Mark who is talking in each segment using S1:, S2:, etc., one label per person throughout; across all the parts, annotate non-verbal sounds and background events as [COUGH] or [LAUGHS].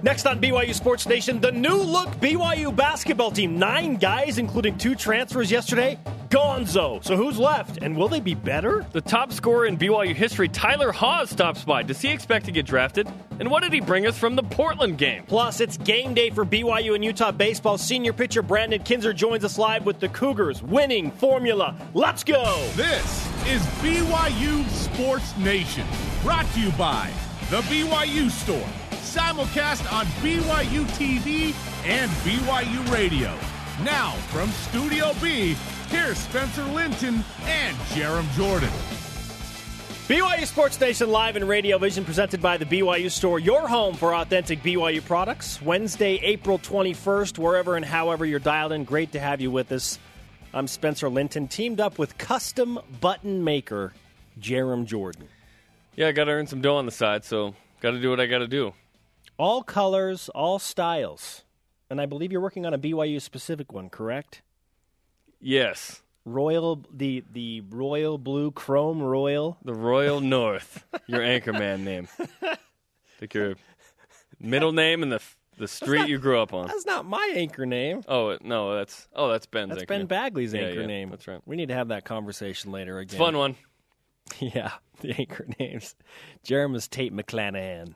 S1: Next on BYU Sports Nation, the new look BYU basketball team. Nine guys, including two transfers yesterday. Gonzo. So who's left, and will they be better?
S2: The top scorer in BYU history, Tyler Hawes, stops by. Does he expect to get drafted? And what did he bring us from the Portland game?
S1: Plus, it's game day for BYU and Utah baseball. Senior pitcher Brandon Kinzer joins us live with the Cougars winning formula. Let's go.
S3: This is BYU Sports Nation, brought to you by the BYU Store simulcast on BYU TV and BYU Radio. Now from Studio B, here's Spencer Linton and Jerem Jordan.
S1: BYU Sports Station live and radio vision presented by the BYU Store, your home for authentic BYU products. Wednesday, April 21st, wherever and however you're dialed in, great to have you with us. I'm Spencer Linton, teamed up with custom button maker Jerem Jordan.
S2: Yeah, I got to earn some dough on the side, so got to do what I got to do
S1: all colors, all styles. And I believe you're working on a BYU specific one, correct?
S2: Yes.
S1: Royal the the royal blue chrome royal.
S2: The Royal North. your anchorman name. Take your middle name and the the street
S1: not-
S2: you grew up on.
S1: That's not my anchor name.
S2: Oh it- no, that's oh that's Ben's.
S1: That's
S2: anchor
S1: Ben
S2: name.
S1: Bagley's
S2: Yeah,
S1: anchor
S2: yeah,
S1: name.
S2: That's right.
S1: We need to have that conversation later again.
S2: It's a fun one.
S1: Yeah, [LAUGHS] the anchor names. Jeremy's Tate McClanahan.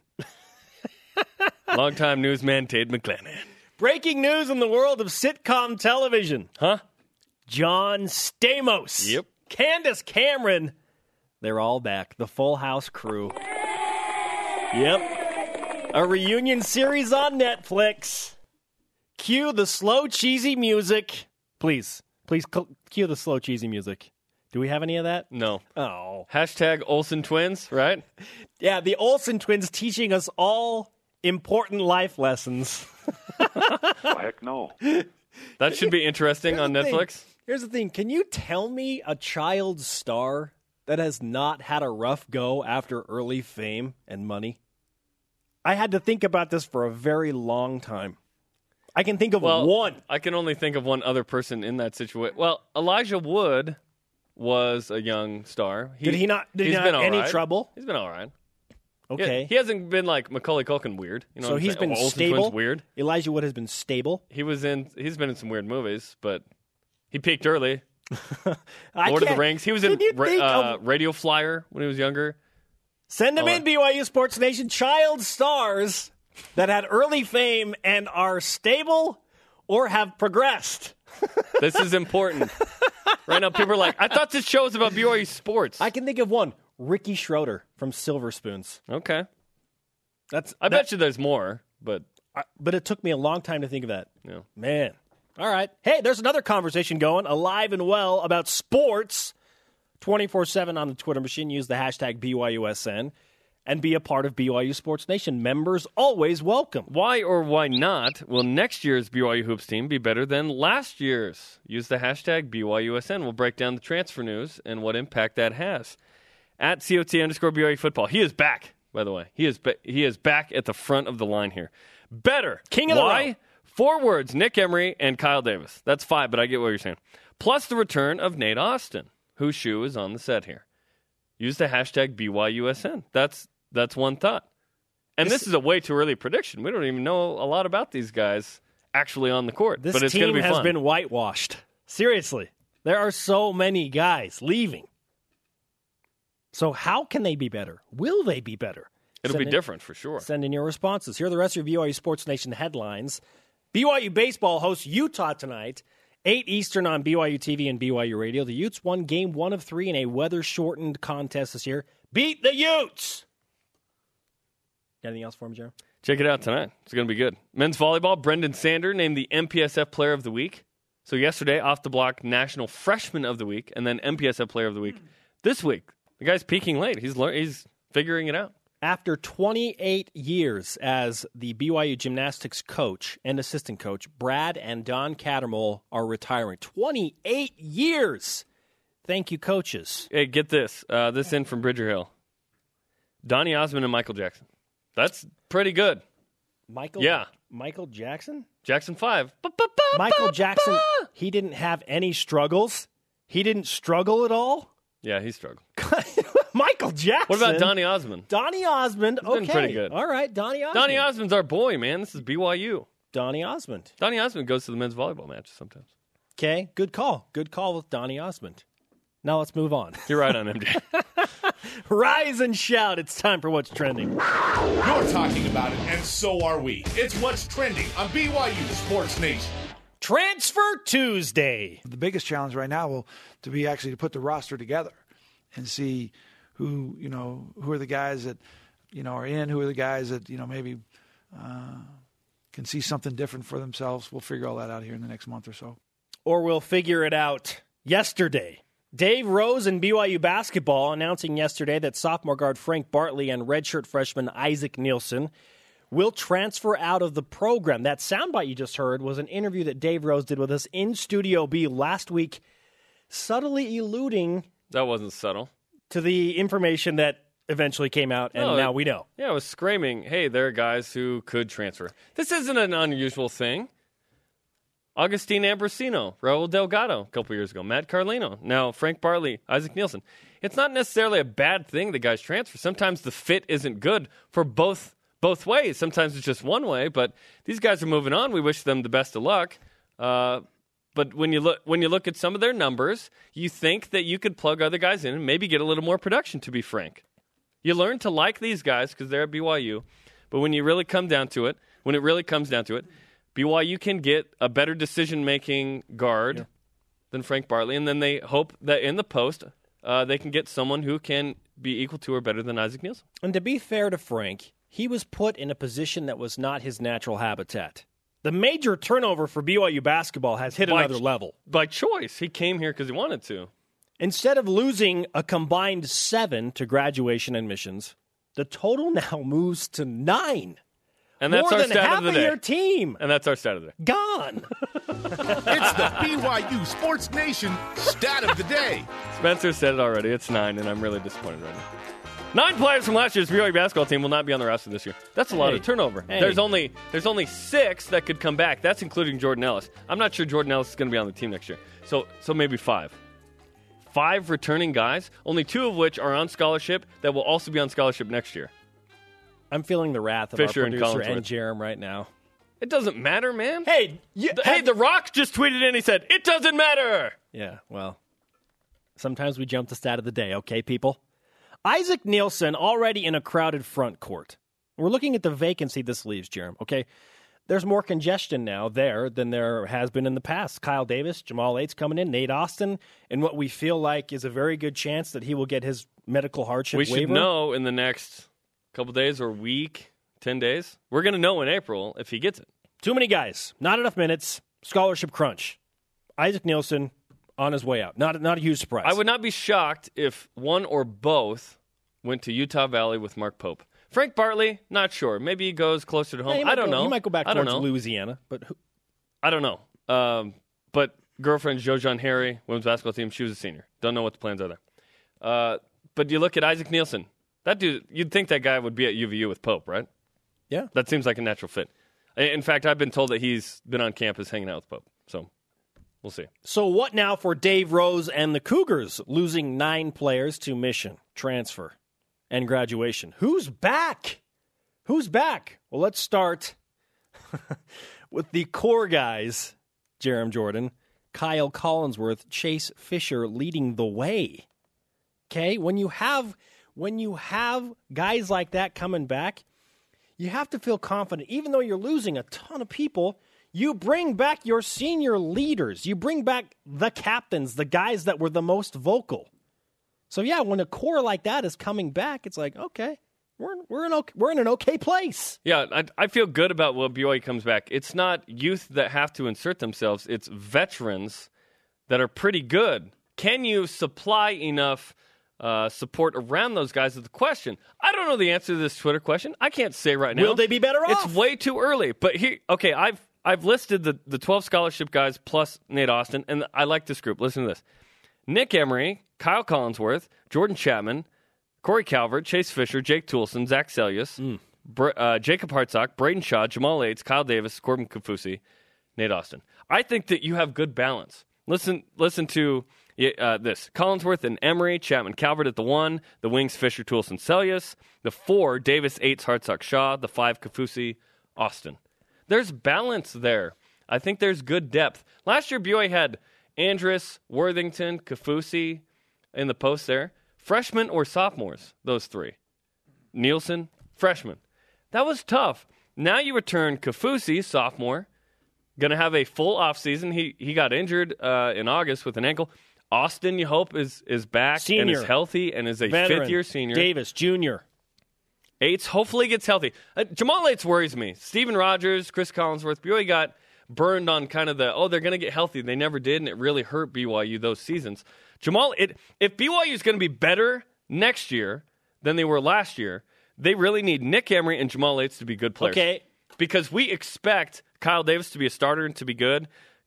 S2: Longtime newsman Tade McClanahan.
S1: Breaking news in the world of sitcom television.
S2: Huh?
S1: John Stamos.
S2: Yep.
S1: Candace Cameron. They're all back. The Full House crew. Yep. A reunion series on Netflix. Cue the slow, cheesy music. Please. Please cl- cue the slow, cheesy music. Do we have any of that?
S2: No.
S1: Oh.
S2: Hashtag Olsen twins, right?
S1: Yeah, the Olsen twins teaching us all important life lessons.
S4: Heck no.
S2: That should be interesting on
S1: Here's the
S2: Netflix.
S1: thing. Here's the thing. Can you tell me a child star that has not had a rough go after early fame and money? I had to think about this for a very long time. I can think of
S2: Well,
S1: one.
S2: I can only think of one other person in that situation. Well, Elijah Wood was a young star. He,
S1: Did he not- did he
S2: he's
S1: not
S2: been
S1: have
S2: all
S1: any
S2: right.
S1: trouble?
S2: He's been all right. Yeah,
S1: Okay.
S2: he hasn't been like Macaulay Culkin weird. You know
S1: so
S2: what I'm
S1: he's
S2: saying?
S1: been
S2: Or Olsen
S1: stable.
S2: Twins weird.
S1: Elijah Wood has been stable.
S2: He was in. He's been in some weird movies, but he peaked early.
S1: I
S2: Lord of the
S1: can't-
S2: Rings. He was
S1: can
S2: in
S1: you
S2: Ra-
S1: think
S2: uh,
S1: of-
S2: Radio Flyer when he was younger.
S1: Send them
S2: Hold
S1: in,
S2: on.
S1: BYU Sports Nation. Child stars that had early fame and are stable or have progressed.
S2: This
S1: [LAUGHS]
S2: is important. right now, people are like, "I thought this show was about BYU sports."
S1: I can think of one. Ricky Schroeder from Silver Spoons.
S2: okay,
S1: That's
S2: I
S1: that-
S2: bet you there's more, but
S1: I- but it took me a long time to think of that.
S2: Yeah.
S1: Man. All right. Hey, there's another conversation going alive and well about sports 24 7 on the Twitter machine. Use the hashtag BYUSN and be a part of BYU Sports Nation. Members always welcome.
S2: Why or why not will next year's BYU Hoops team be better than last year's? Use the hashtag BYUSN. We'll break down the transfer news and what impact that has. At COT underscore BYU football. He is back, by the way. He is, ba- he is back at the front of the line here. Better.
S1: King of the
S2: why?
S1: row.
S2: Four words Nick Emery and Kyle Davis. That's five, but I get what you're saying. Plus the return of Nate Austin, whose shoe is on the set here. Use the hashtag BYUSN. That's, that's one thought. And this, is a way too early prediction. We don't even know a lot about these guys actually on the court.
S1: This
S2: but it's
S1: team
S2: gonna be
S1: has
S2: fun.
S1: been whitewashed. Seriously, there are so many guys leaving. So, how can they be better? Will they be better?
S2: It'll be
S1: Send in-
S2: different for sure.
S1: Send in your responses. Here are the rest of your BYU Sports Nation headlines. BYU baseball hosts Utah tonight, 8 Eastern on BYU TV and BYU Radio. The Utes won game one of three in a weather shortened contest this year. Beat the Utes! Got anything else for me, Jeremy?
S2: Check it out tonight. It's going to be good. Men's volleyball, Brendan Sander named the MPSF Player of the Week. So yesterday, off the block, National Freshman of the Week, and then MPSF Player of the Week. This week, the guy's peaking late. He's lear- he's figuring it out.
S1: After 28 years as the BYU gymnastics coach and assistant coach, Brad and Don Cattermole are retiring. 28 years! Thank you, coaches.
S2: Hey, get this. Uh, this in from Bridger Hill. Donnie Osmond and Michael Jackson. That's pretty good.
S1: Michael?
S2: Yeah.
S1: Michael Jackson?
S2: Jackson 5. Ba-ba-ba-ba-ba.
S1: Michael Jackson, he didn't have any struggles. He didn't struggle at all. [LAUGHS]
S2: Yeah, he struggled.
S1: Michael Jackson.
S2: What about Donny Osmond?
S1: Donny Osmond.
S2: He's
S1: Okay.
S2: been pretty good.
S1: All right, Donny Osmond.
S2: Donny Osmond's our boy, man. This is BYU.
S1: Donny Osmond.
S2: Donny Osmond goes to the men's volleyball matches sometimes.
S1: Okay, good call. Good call with Donny Osmond. Now let's move on.
S2: You're right on MJ.
S1: Rise and shout. It's time for what's trending.
S3: You're talking about it, and so are we. It's what's trending on BYU Sports Nation.
S1: Transfer Tuesday.
S5: the biggest challenge right now will to be actually to put the roster together and see who you know who are the guys that you know are in who are the guys that you know maybe uh, can see something different for themselves we'll figure all that out here in the next month or so
S1: Or we'll figure it out yesterday. Dave Rose and BYU basketball announcing yesterday that sophomore guard Frank Bartley and redshirt freshman Isaac Nielsen will transfer out of the program. That soundbite you just heard was an interview that Dave Rose did with us in Studio B last week, subtly eluding
S2: [LAUGHS] that wasn't subtle.
S1: to the information that eventually came out, and
S2: No,
S1: now
S2: it-
S1: we know.
S2: Yeah, I was screaming, hey, there are guys who could transfer. This isn't an unusual thing. Augustine Ambrosino, Raul Delgado a couple years ago, Matt Carlino, now Frank Barley, Isaac Nielsen. It's not necessarily a bad thing that guys transfer. Sometimes the fit isn't good for both both ways. Sometimes it's just one way, but these guys are moving on. We wish them the best of luck. Uh, but when you look when you look at some of their numbers, you think that you could plug other guys in and maybe get a little more production. To be frank, you learn to like these guys because they're at BYU, but when you really come down to it, when it really comes down to it, BYU can get a better decision making guard than Frank Bartley, and then they hope that in the post uh, they can get someone who can be equal to or better than Isaac Nielsen.
S1: And to be fair to Frank, he was put in a position that was not his natural habitat. The major turnover for BYU basketball has hit
S2: By-
S1: another level.
S2: By choice, he came here because he wanted to.
S1: Instead of losing a combined seven to graduation admissions, the total [LAUGHS] now moves to nine.
S2: And that's
S1: More
S2: our
S1: than
S2: stat
S1: half
S2: of the day.
S1: your team
S2: And that's our stat of the day. [LAUGHS]
S1: gone.
S3: It's the BYU Sports Nation stat of the day.
S2: Spencer said it already. It's nine, and I'm really disappointed right now. Nine players from last year's BYU basketball team will not be on the roster this year. That's a lot of
S1: Hey.
S2: turnover.
S1: Hey.
S2: There's only there's only six that could come back. That's including Jordan Ellis. I'm not sure Jordan Ellis is going to be on the team next year. So so maybe five. Five returning guys, only two of which are on scholarship that will also be on scholarship next year.
S1: I'm feeling the wrath of
S2: Fisher
S1: our
S2: and
S1: producer
S2: Collinsworth.
S1: and Jerem right now.
S2: It doesn't matter, man.
S1: Hey, you,
S2: The- hey, The Rock just tweeted in. He said it doesn't matter.
S1: Yeah, well, sometimes we jump the stat of the day, okay, people? Isaac Nielsen already in a crowded front court. We're looking at the vacancy this leaves, Jerem, okay? There's more congestion now there than there has been in the past. Kyle Davis, Jamal Aites coming in, Nate Austin, and what we feel like is a very good chance that he will get his medical hardship
S2: we
S1: waiver.
S2: should know in the next couple days or week, ten days. We're going to know in April if he gets it.
S1: Too many guys, not enough minutes, scholarship crunch. Isaac Nielsen on his way out. Not, not a huge surprise.
S2: I would not be shocked if one or both went to Utah Valley with Mark Pope. Frank Bartley, not sure. Maybe he goes closer to home.
S1: Yeah, he might
S2: I don't
S1: go-
S2: know.
S1: He might go back
S2: I don't
S1: towards
S2: know.
S1: Louisiana, but who,
S2: I don't know. Um, but girlfriend Jojon Harry, women's basketball team, she was a senior. Don't know what the plans are there. Uh, but you look at Isaac Nielsen. That dude, you'd think that guy would be at UVU with Pope, right?
S1: Yeah.
S2: That seems like a natural fit. I- In fact, I've been told that he's been on campus hanging out with Pope. So we'll see.
S1: So, what now for Dave Rose and the Cougars losing nine players to mission, transfer, and graduation? Who's back? Who's back? Well, let's start [LAUGHS] with the core guys Jerem Jordan, Kyle Collinsworth, Chase Fisher leading the way. Okay, when you have when you have guys like that coming back, you have to feel confident, even though you're losing a ton of people. You bring back your senior leaders. You bring back the captains, the guys that were the most vocal. So yeah, when a core like that is coming back, it's like okay, we're we're in okay, we're in an okay place.
S2: Yeah, I, I feel good about what BYU comes back. It's not youth that have to insert themselves; it's veterans that are pretty good. Can you supply enough uh, support around those guys? Is the question. I don't know the answer to this Twitter question. I can't say right now.
S1: Will they be better off?
S2: It's way too early. But here, okay, I've I've listed the the twelve scholarship guys plus Nate Austin, and I like this group. Listen to this: Nick Emery, Kyle Collinsworth, Jordan Chapman, Corey Calvert, Chase Fisher, Jake Toulson, Zach Selyus,
S1: Mm.
S2: Br- uh, Jacob Hartsock, Braden Shaw, Jamal Aids, Kyle Davis, Corbin Kafusi, Nate Austin. I think that you have good balance. Listen, listen to Yeah, uh, this Collinsworth and Emery, Chapman Calvert at the one, the wings Fisher, Toolson, Celius, the four Davis, Eights, Hartsock, Shaw, the five Kafusi, Austin. There's balance there. I think there's good depth. Last year, BYU had Andrus, Worthington, Kafusi in the post there. Freshmen or sophomores, those three. Nielsen, freshman. That was tough. Now you return Kafusi, sophomore, going to have a full offseason. He he got injured uh, in August with an ankle. Austin, you hope is is back and
S1: Senior.
S2: is healthy and is a
S1: Veteran,
S2: fifth year senior.
S1: Davis, junior.
S2: Eights hopefully gets healthy. Uh, Jamal Eights worries me. Steven Rogers, Chris Collinsworth, BYU got burned on kind of the oh they're going to get healthy. They never did, and it really hurt BYU those seasons. Jamal, it, if BYU is going to be better next year than they were last year, they really need Nick Emery and Jamal Eights to be good players
S1: Okay.
S2: because we expect Kyle Davis to be a starter and to be good.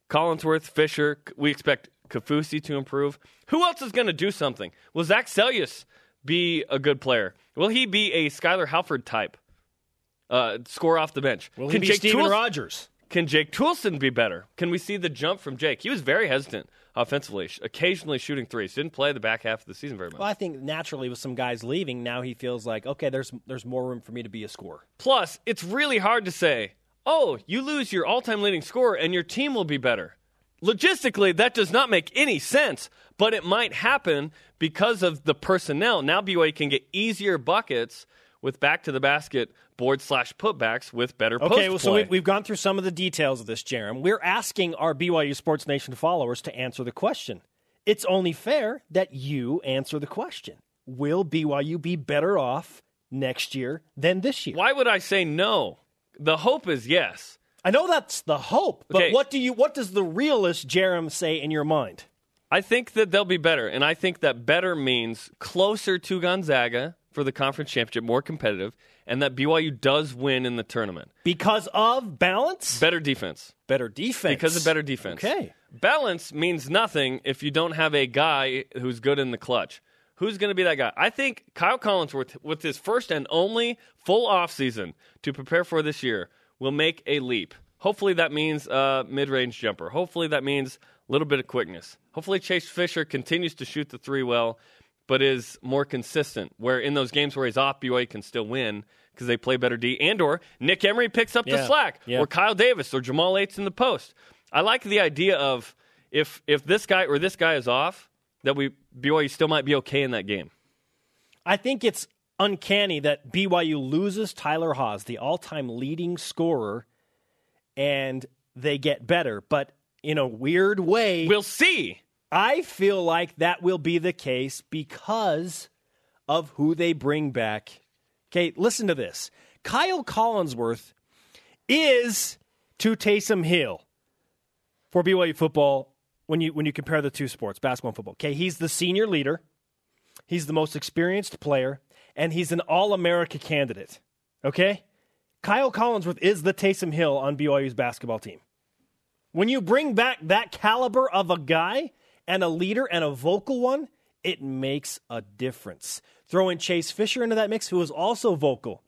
S2: Collinsworth, Fisher, we expect Kafusi to improve. Who else is going to do something? Will Zach Selyus be a good player? Will he be a Skylar Halford type? Uh, score off the bench.
S1: Will he be Steven
S2: Toolson-
S1: Rogers?
S2: can Jake Toolson be better? Can we see the jump from Jake? He was very hesitant offensively, sh- occasionally shooting threes. Didn't play the back half of the season very much.
S1: Well, I think naturally with some guys leaving, now he feels like okay, there's there's more room for me to be a scorer.
S2: Plus, it's really hard to say, oh, you lose your all time leading scorer and your team will be better. Logistically, that does not make any sense, but it might happen because of the personnel. Now BYU can get easier buckets with back to the basket board slash putbacks with better post
S1: Okay, well, so
S2: play.
S1: we've, we've gone through some of the details of this, Jerem. We're asking our BYU Sports Nation followers to answer the question. It's only fair that you answer the question. Will BYU be better off next year than this year?
S2: Why would I say no? The hope is yes.
S1: I know that's the hope, but
S2: Okay.
S1: what do you? What does the realist Jerem say in your mind?
S2: I think that they'll be better, and I think that better means closer to Gonzaga for the conference championship, more competitive, and that BYU does win in the tournament.
S1: Because of balance,
S2: Better defense.
S1: better defense.
S2: Because of better defense.
S1: Okay.
S2: Balance means nothing if you don't have a guy who's good in the clutch. Who's going to be that guy? I think Kyle Collinsworth, with his first and only full offseason to prepare for this year, will make a leap. Hopefully that means uh, mid range jumper. Hopefully that means a little bit of quickness. Hopefully Chase Fisher continues to shoot the three well, but is more consistent. Where in those games where he's off, BYU can still win because they play better D. And or Nick Emery picks up
S1: Yeah.
S2: the slack,
S1: Yeah.
S2: or Kyle Davis or Jamal Eights in the post. I like the idea of if if this guy or this guy is off, that we BYU still might be okay in that game.
S1: I think it's uncanny that BYU loses Tyler Haas, the all time leading scorer, and they get better. But in a weird way,
S2: We'll see.
S1: I feel like that will be the case because of who they bring back. Okay, listen to this Kyle Collinsworth is to Taysom Hill for BYU football when you when you compare the two sports, basketball and football. Okay, he's the senior leader, he's the most experienced player, and he's an All America candidate. Okay, Kyle Collinsworth is the Taysom Hill on BYU's basketball team. When you bring back that caliber of a guy and a leader and a vocal one, it makes a difference. Throw in Chase Fisher into that mix, who is also vocal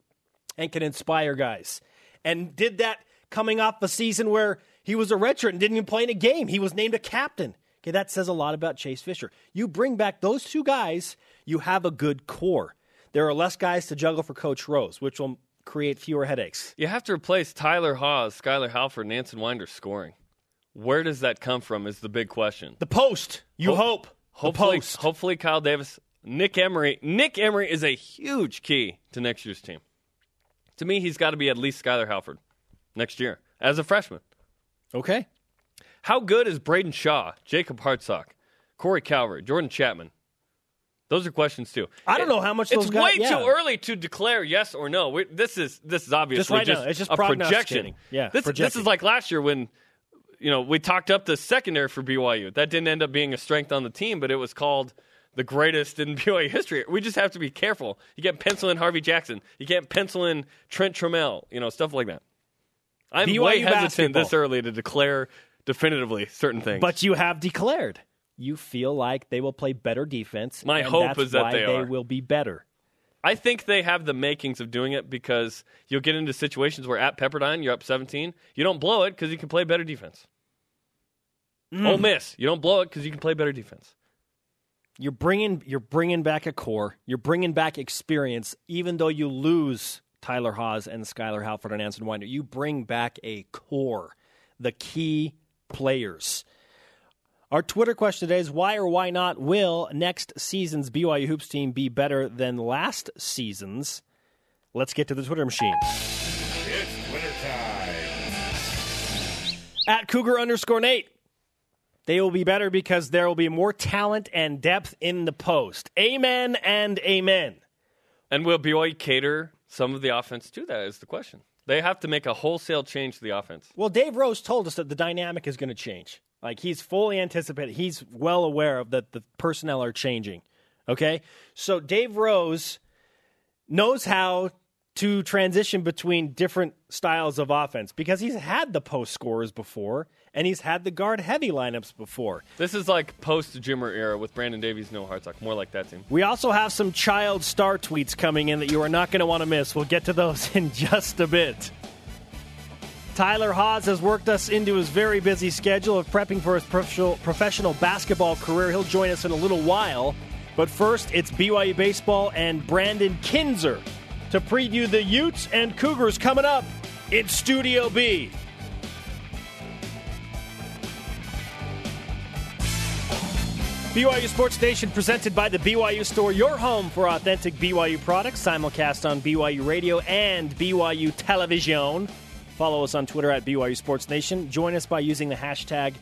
S1: and can inspire guys. And did that coming off a season where he was a redshirt and didn't even play in a game. He was named a captain. Okay, that says a lot about Chase Fisher. You bring back those two guys, you have a good core. There are less guys to juggle for Coach Rose, which will create fewer headaches.
S2: You have to replace Tyler Hawes, Skylar Halford, and Anson Winder scoring. Where does that come from is the big question.
S1: The post, you hope. the
S2: Hopefully,
S1: post.
S2: hopefully Kyle Davis, Nick Emery. Nick Emery is a huge key to next year's team. To me, he's got to be at least Skylar Halford next year as a freshman.
S1: Okay.
S2: How good is Braden Shaw, Jacob Hartsock, Corey Calvert, Jordan Chapman? Those are questions too.
S1: I don't know how much
S2: it's
S1: those guys-
S2: way
S1: yeah.
S2: too early to declare yes or no. We, this is this is obviously
S1: right
S2: just,
S1: now, it's just
S2: a projection.
S1: prognosticating. Yeah,
S2: this, this
S1: projecting.
S2: is like last year when you know we talked up the secondary for BYU. That didn't end up being a strength on the team, but it was called the greatest in [LAUGHS] BYU history. We just have to be careful. You can't pencil in Harvey Jackson. You can't pencil in Trent Trammell. You know stuff like that. I'm
S1: BYU
S2: way hesitant
S1: basketball.
S2: this early to declare definitively certain things.
S1: But you have declared you feel like they will play better defense.
S2: My
S1: and
S2: hope
S1: that's
S2: is that
S1: why
S2: they are.
S1: will be better.
S2: I think they have the makings of doing it because you'll get into situations where at Pepperdine you're up 17, you don't blow it because you can play better defense. Ole Miss, you don't blow it because you can play better defense.
S1: You're bringing you're bringing back a core. You're bringing back experience, even though you lose Tyler Haas and Skylar Halford and Anson Winder. You bring back a core, the key players. Our Twitter question today is why or why not will next season's BYU hoops team be better than last season's? Let's get to the Twitter machine.
S3: It's winter time.
S1: at Cougar underscore Nate. They will be better because there will be more talent and depth in the post. Amen and amen.
S2: And will BYU cater some of the offense to that? Is the question. They have to make a wholesale change to the offense.
S1: Well, Dave Rose told us that the dynamic is going to change. Like he's fully anticipated. He's well aware of that the personnel are changing. Okay? So Dave Rose knows how to transition between different styles of offense because he's had the post scorers before and he's had the guard heavy lineups before.
S2: This is like post Jimmer era with Brandon Davies, no Hartsock, more like that team.
S1: We also have some child star tweets coming in that you are not going to want to miss. We'll get to those [LAUGHS] in just a bit. Tyler Haas has worked us into his very busy schedule of prepping for his professional, professional basketball career. He'll join us in a little while. But first, it's BYU Baseball and Brandon Kinzer to preview the Utes and Cougars coming up in Studio B. BYU Sports Station presented by the BYU Store, your home for authentic BYU products, simulcast on BYU Radio and BYU Television. Follow us on Twitter at BYU Sports Nation. Join us by using the hashtag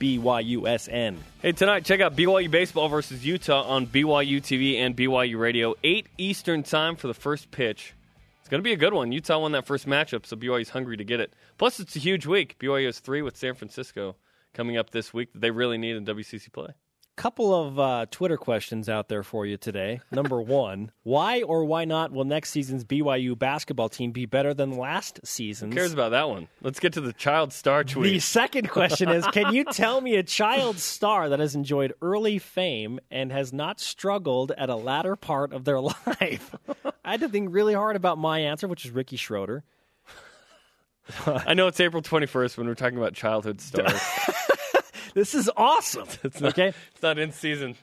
S1: BYUSN.
S2: Hey, tonight, check out BYU Baseball versus Utah on BYU TV and BYU Radio, 8 Eastern time for the first pitch. It's going to be a good one. Utah won that first matchup, so BYU's hungry to get it. Plus, it's a huge week. BYU has three with San Francisco coming up this week that they really need in WCC play.
S1: Couple of uh, Twitter questions out there for you today. Number one, why or why not will next season's BYU basketball team be better than last season's?
S2: Who cares about that one? Let's get to the child star
S1: The
S2: tweet.
S1: second question is Can [LAUGHS] you tell me a child star that has enjoyed early fame and has not struggled at a latter part of their [LAUGHS] life? I had to think really hard about my answer, which is Ricky Schroeder.
S2: I know it's April 21st when we're talking about childhood stars.
S1: This is awesome. [LAUGHS] okay.
S2: [LAUGHS] it's not in season.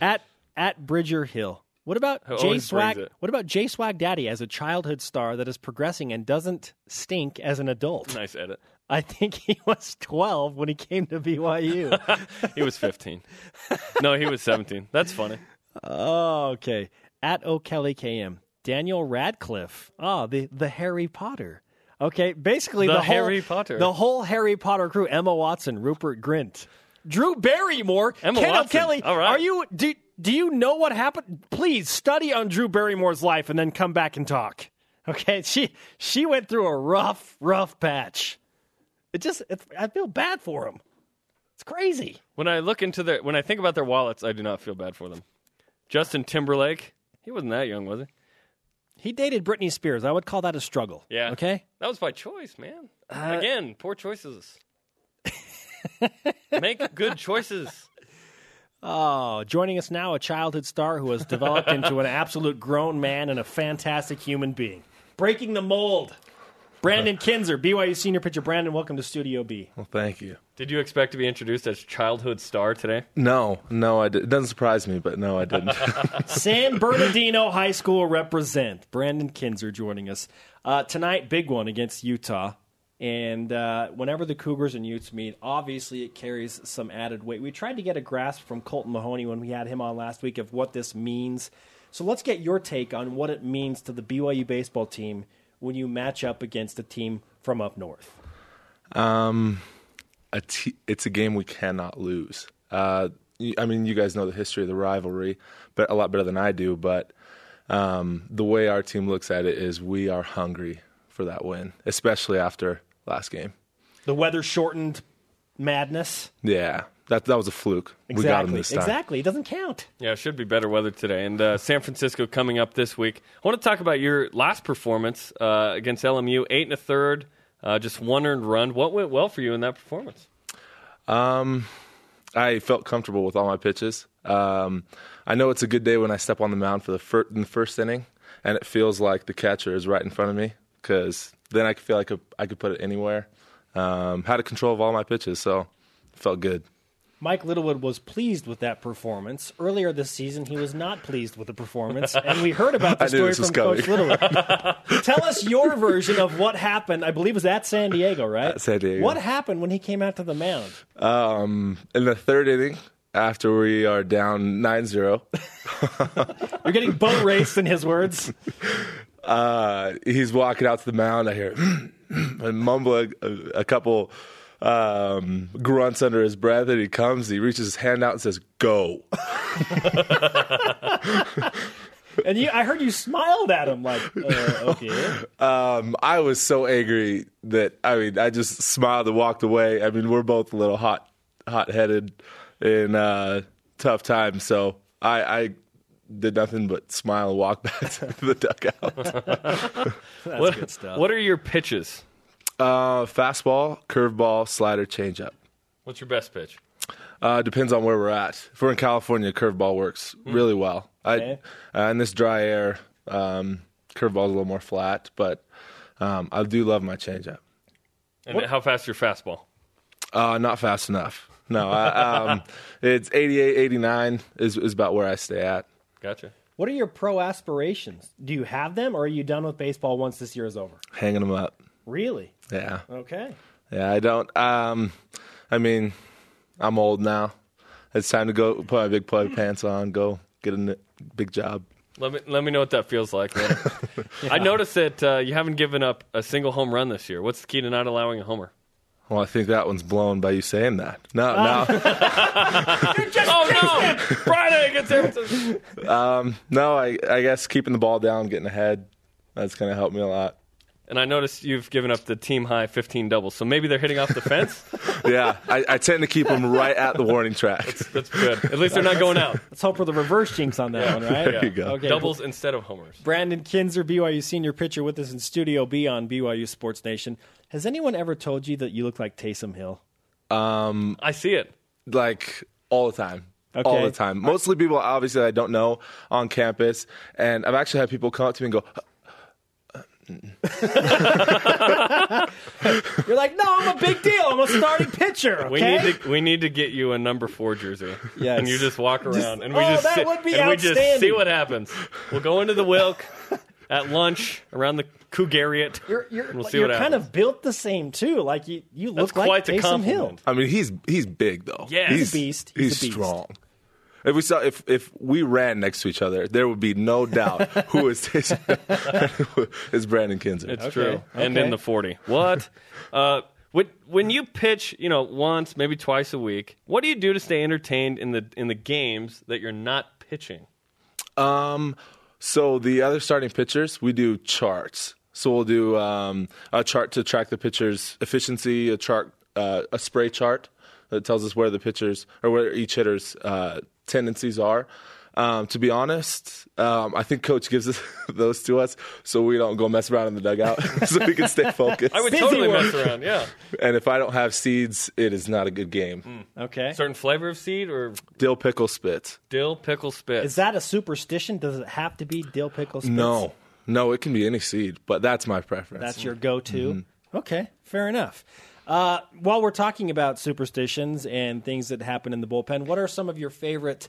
S1: At at Bridger Hill. What about
S2: Who
S1: Jay
S2: always brings
S1: Swag?
S2: it.
S1: What about Jay Swag Daddy as a childhood star that is progressing and doesn't stink as an adult?
S2: Nice edit.
S1: I think he was 12 when he came to BYU.
S2: He was 15. no, he was 17. That's funny.
S1: Oh, okay. At O'Kelly KM. Daniel Radcliffe. Oh, the, the Harry Potter. Okay, basically the,
S2: The
S1: whole,
S2: Harry Potter.
S1: The whole Harry Potter crew. Emma Watson, Rupert Grint. Drew Barrymore.
S2: Emma
S1: Ken
S2: Watson.
S1: O'Kelly.
S2: All right.
S1: Are you do, do you know what happened? Please study on Drew Barrymore's life and then come back and talk. Okay? [LAUGHS] She she went through a rough, rough patch. It just it's, I feel bad for him. It's crazy.
S2: When I look into their, when I think about their wallets, I do not feel bad for them. Justin Timberlake, he wasn't that young, was he?
S1: He dated Britney Spears. I would call that a struggle.
S2: Yeah.
S1: Okay?
S2: That was by choice, man.
S1: Uh,
S2: Again,
S1: [LAUGHS]
S2: poor choices. Make good choices.
S1: Oh, joining us now, a childhood star who has developed into an absolute grown man and a fantastic human being. Breaking the mold. Brandon Kinzer, BYU senior pitcher. Brandon, welcome to Studio B.
S6: Well, thank you.
S2: Did you expect to be introduced as childhood star today?
S6: No, no, I did. It doesn't surprise me, but no, I didn't. [LAUGHS]
S1: San Bernardino High School represent. Brandon Kinzer joining us. Uh, tonight, big one against Utah. And uh, whenever the Cougars and Utes meet, obviously it carries some added weight. We tried to get a grasp from Colton Mahoney when we had him on last week of what this means. So let's get your take on what it means to the BYU baseball team when you match up against a team from up north.
S6: a t- it's a game we cannot lose. Uh, you- I mean, you guys know the history of the rivalry, but a lot better than I do. But um, the way our team looks at it is, we are hungry for that win, especially after last game.
S1: The weather shortened madness.
S6: Yeah, that that was a fluke. We got them this time.
S1: Exactly. It doesn't count.
S2: Yeah, it should be better weather today. And uh, San Francisco coming up this week. I want to talk about your last performance uh, against LMU, eight and a third, uh, just one earned run. What went well for you in that performance?
S6: I felt comfortable with all my pitches. Um, I know it's a good day when I step on the mound for the fir- in the first inning, and it feels like the catcher is right in front of me because then I could feel like I could put it anywhere. Um, had a control of all my pitches, so it felt good.
S1: Mike Littlewood was pleased with that performance. Earlier this season, he was not pleased with the performance, and we heard
S6: [LAUGHS]
S1: about the
S6: I
S1: story
S6: knew this was
S1: from Coach
S6: coming.
S1: Littlewood.
S6: [LAUGHS]
S1: Tell us your version of what happened. I believe it was at San Diego, right?
S6: At San Diego.
S1: What happened when he came out to the mound?
S6: Um, in the third inning, after we are down 9 0,
S1: You're getting boat raced, in his words.
S6: uh, he's walking out to the mound. I hear [CLEARS THROAT] and mumble a, a couple um, grunts under his breath, and he comes, he reaches his hand out and says, Go.
S1: And you, I heard you smiled at him, like, uh, okay.
S6: Um, I was so angry that I mean, I just smiled and walked away. I mean, we're both a little hot, hot headed in uh, tough times, so I, I did nothing but smile and walk [LAUGHS] back to the dugout. [LAUGHS]
S1: That's
S2: what,
S1: good stuff.
S2: What are your pitches?
S6: Uh, fastball, curveball, slider, changeup.
S2: What's your best pitch?
S6: Uh, depends on where we're at. If we're in California, curveball works really well.
S1: Okay.
S6: I uh, in this dry air, um, curveball's a little more flat, but um, I do love my changeup.
S2: And how fast your fastball?
S6: Uh, not fast enough. No, I, um, it's 88, 89 is, is about where I stay at.
S2: Gotcha.
S1: What are your pro aspirations? Do you have them, or are you done with baseball once this year is over?
S6: Hanging them up.
S1: Really?
S6: Yeah.
S1: Okay.
S6: Yeah, I don't. Um, I mean, I'm old now. It's time to go put my big plug pants on, go get a n- big job.
S2: Let me let me know what that feels like. man. I noticed that uh, you haven't given up a single home run this year. What's the key to not allowing a homer?
S6: Well, I think that one's blown by you saying that. No, no.
S2: oh no! [LAUGHS] Friday against Arizona.
S6: No, I, I guess keeping the ball down, getting ahead, that's going to help me a lot.
S2: And I noticed you've given up the team high 15 doubles. So maybe they're hitting off the fence.
S6: Yeah, I, I tend to keep them right at the warning track.
S2: That's good. At least they're not going out.
S1: Let's hope for the reverse jinx on that one, right?
S6: [LAUGHS] There you go.
S1: Okay.
S2: Doubles instead of homers.
S1: Brandon Kinzer, BYU senior pitcher, with us in Studio B on BYU Sports Nation. Has anyone ever told you that you look like Taysom Hill?
S2: I see it.
S6: Like all the time.
S1: Okay.
S6: All the time. Mostly people, obviously, I don't know on campus. And I've actually had people come up to me and go,
S1: You're like, no, I'm a big deal. I'm a starting pitcher. Okay?
S2: We need to we need to get you a number four jersey.
S1: Yes.
S2: And you just walk around and we
S1: oh,
S2: just
S1: that
S2: sit,
S1: would be
S2: and we just see
S1: outstanding.
S2: what happens. We'll go into the Wilk at lunch around the Cougariot.
S1: You're, you're,
S2: and we'll
S1: like,
S2: see
S1: you're
S2: what
S1: kind
S2: happens.
S1: of built the same too. Like you, you look
S2: That's
S1: like
S2: quite the
S1: Taysom Hill.
S2: compliment.
S6: I mean, he's he's big though.
S2: Yeah. He's
S6: he's
S1: a beast.
S6: He's,
S1: He's a beast.
S6: strong. If we saw if if we ran next to each other, there would be
S2: [LAUGHS]
S6: no doubt who is Taysom Hill and [LAUGHS] who is Brandon Kinzer.
S2: It's true. And
S1: okay.
S2: in the 40.
S1: [LAUGHS]
S2: What? uh, when, when you pitch, you know, once, maybe twice a week, what do you do to stay entertained in the in the games that you're not pitching?
S6: Um, so the other starting pitchers, we do charts. So we'll do um, a chart to track the pitcher's efficiency, a chart, uh, a spray chart that tells us where the pitchers or where each hitter's uh, tendencies are. Um, to be honest, um, I think coach gives [LAUGHS] us those to us so we don't go mess around in the dugout, [LAUGHS] so we can stay
S2: [LAUGHS]
S6: focused.
S2: I would
S1: Busy
S2: totally
S1: work.
S2: mess around, yeah.
S6: and if I don't have seeds, it is not a good game.
S2: Mm.
S1: Okay.
S2: Certain flavor of seed or
S6: Dill pickle spit.
S2: dill pickle spit.
S1: Is that a superstition? Does it have to be dill pickle spits?
S6: No, no, it can be any seed, but that's my preference.
S1: That's your go to.
S2: Mm-hmm.
S1: Okay, fair enough. Uh, while we're talking about superstitions and things that happen in the bullpen, what are some of your favorite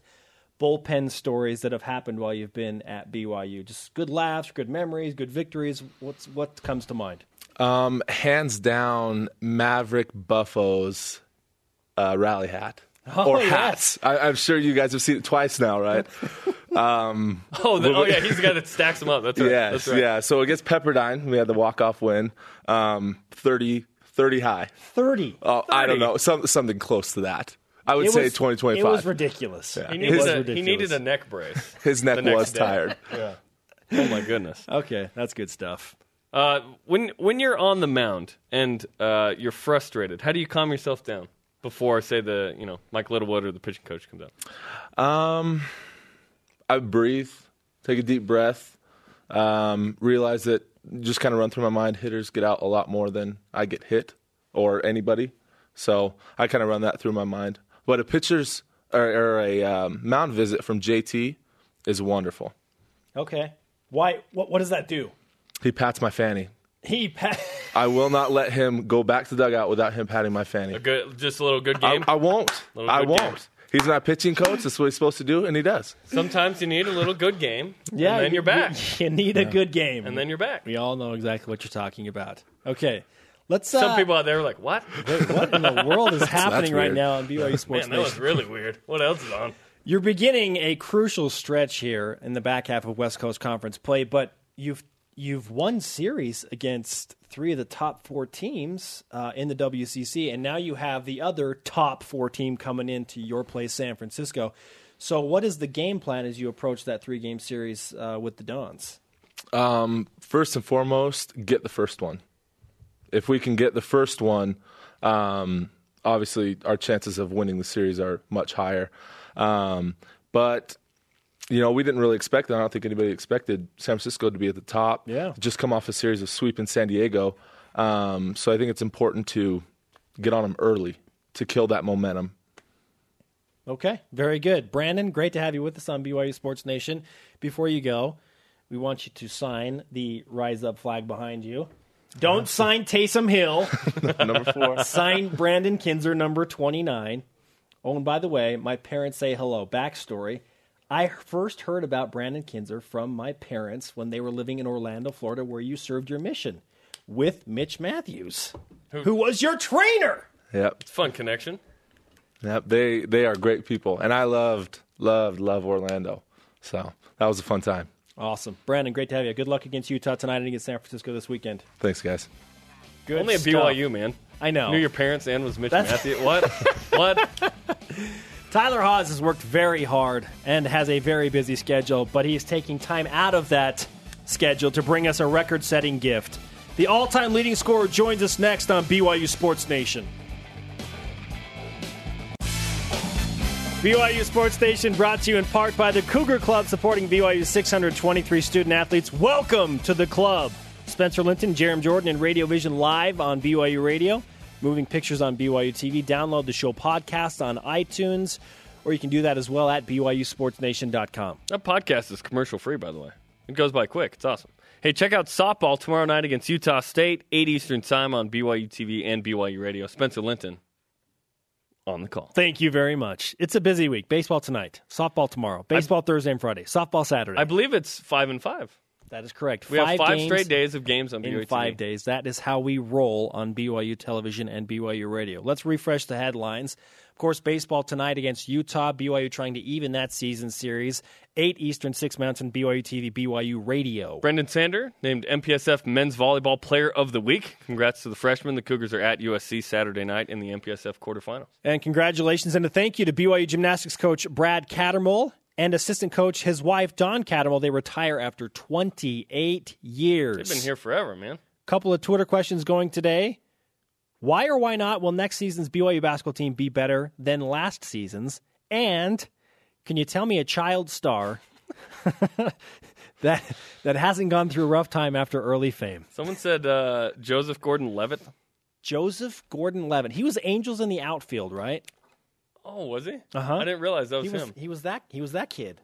S1: bullpen stories that have happened while you've been at BYU? Just good laughs, good memories, good victories. What's what comes to mind?
S6: Um, hands down, Maverick Buffo's uh, rally hat or
S1: yes.
S6: hats. I, I'm sure you guys have seen it twice now, right?
S2: oh, the, oh, yeah, he's the guy that stacks them up. That's right.
S6: yes,
S2: That's right.
S6: yeah. So against Pepperdine, we had the walk-off win, um, 30, 30 high.
S1: Thirty.
S2: Uh,
S6: Oh, I don't know, some, something close to that. I would
S1: It
S6: say
S1: was-
S6: twenty twenty
S1: It was
S6: five.
S1: ridiculous.
S2: He
S1: It
S2: needed,
S1: was
S2: a, he
S1: ridiculous.
S2: needed a neck brace.
S6: [LAUGHS] His neck
S2: the next
S6: was
S2: day.
S6: tired.
S2: Oh my goodness.
S1: Okay, that's good stuff.
S2: Uh, when when you're on the mound and uh, you're frustrated, how do you calm yourself down before, say, the you know Mike Littlewood or the pitching coach comes up?
S6: Um, I breathe, take a deep breath, um, realize that just kind of run through my mind. Hitters get out a lot more than I get hit or anybody, so I kind of run that through my mind. But a pitcher's or, or a um, mound visit from JT is wonderful.
S1: Okay. Why? What, what does that do?
S6: He pats my fanny.
S1: He. Pa-
S6: I will not let him go back to the dugout without him patting my
S2: A
S6: fanny.
S2: good, just a little good
S6: I,
S2: game.
S6: I won't.
S2: Little
S6: I
S2: good
S6: won't.
S2: game.
S6: He's not pitching coach. That's what he's supposed to do, and he does.
S2: Sometimes you need a little
S1: [LAUGHS]
S2: good game.
S1: Yeah,
S2: and then
S1: you-
S2: you're back,
S1: You, you need a good game,
S2: and then you're back.
S1: we all know exactly what you're talking about. Okay, let's.
S2: Some
S1: uh,
S2: people out there are like, "What?
S1: Wait, [LAUGHS] what in the world
S2: [LAUGHS]
S1: is happening right
S6: weird.
S1: now on BYU Sports
S2: Man,
S1: Nation?
S2: that was really weird. What else is on?"
S1: You're beginning a crucial stretch here in the back half of West Coast Conference play, but you've you've won series against three of the top four teams uh, in the WCC, and now you have the other top four team coming into your place, San Francisco. So, what is the game plan as you approach that three game series uh, with the Dons?
S6: first and foremost, get the first one. If we can get the first one, um, obviously our chances of winning the series are much higher. Um, but you know, we didn't really expect that. I don't think anybody expected San Francisco to be at the top.
S1: Yeah.
S6: just come off a series of sweeping San Diego. Um, so I think it's important to get on them early to kill that momentum.
S1: Okay, very good. Brandon, great to have you with us on BYU Sports Nation. Before you go, we want you to sign the Rise Up flag behind you. Don't sign Taysom Hill.
S6: Number four.
S1: sign Brandon Kinzer, number 29. Oh, and by the way, my parents say hello. Backstory I first heard about Brandon Kinzer from my parents when they were living in Orlando, Florida, where you served your mission with Mitch Matthews, who was your trainer.
S6: Yep.
S2: Fun connection.
S6: Yep, they they are great people, and I loved loved love Orlando. So that was a fun time.
S1: Awesome. Brandon, great to have you. Good luck against Utah tonight and against San Francisco this weekend.
S6: Thanks, guys.
S1: Good
S2: Only at
S1: stuff.
S2: BYU, man.
S1: I know.
S2: Knew your parents and was Mitch
S1: That's-
S2: Matthews.
S1: [LAUGHS]
S2: What? what?
S1: Tyler Hawes has worked very hard and has a very busy schedule, but he is taking time out of that schedule to bring us a record setting gift. The all time leading scorer joins us next on BYU Sports Nation. BYU Sports Station brought to you in part by the Cougar Club, supporting BYU's 623 student athletes. Welcome to the club. Spencer Linton, Jerem Jordan, and Radio Vision live on BYU Radio. Moving pictures on BYU TV. Download the show podcast on iTunes, or you can do that as well at BYUSportsNation.com.
S2: That podcast is commercial free, by the way. It goes by quick. It's awesome. Hey, check out softball tomorrow night against Utah State, 8 Eastern time on BYU TV and BYU Radio. Spencer Linton on the call.
S1: Thank you very much. It's a busy week. Baseball tonight, softball tomorrow, baseball Thursday and Friday, softball Saturday.
S2: I believe it's 5 and 5.
S1: that is correct.
S2: We have five
S1: games
S2: straight days of games on BYU
S1: in five
S2: TV.
S1: days. That is how we roll on BYU television and BYU radio. Let's refresh the headlines. Of course, baseball tonight against Utah. BYU trying to even that season series. Eight Eastern, six Mountain, BYU TV, BYU radio.
S2: Brendan Sander named MPSF Men's Volleyball Player of the Week. Congrats to the freshmen. The Cougars are at USC Saturday night in the MPSF quarterfinals.
S1: And congratulations and a thank you to BYU gymnastics coach Brad Cattermole and assistant coach his wife Dawn Cattermole. They retire after 28 years.
S2: They've been here forever, man.
S1: couple of Twitter questions going today. Why or why not will next season's BYU basketball team be better than last season's? And can you tell me a child star [LAUGHS] that that hasn't gone through a rough time after early fame?
S2: Someone said uh, Joseph Gordon Levitt.
S1: Joseph Gordon-Levitt. He was Angels in the outfield, right?
S2: Oh, was he?
S1: Uh-huh.
S2: I didn't realize that was,
S1: He was
S2: him.
S1: he was that he was that kid.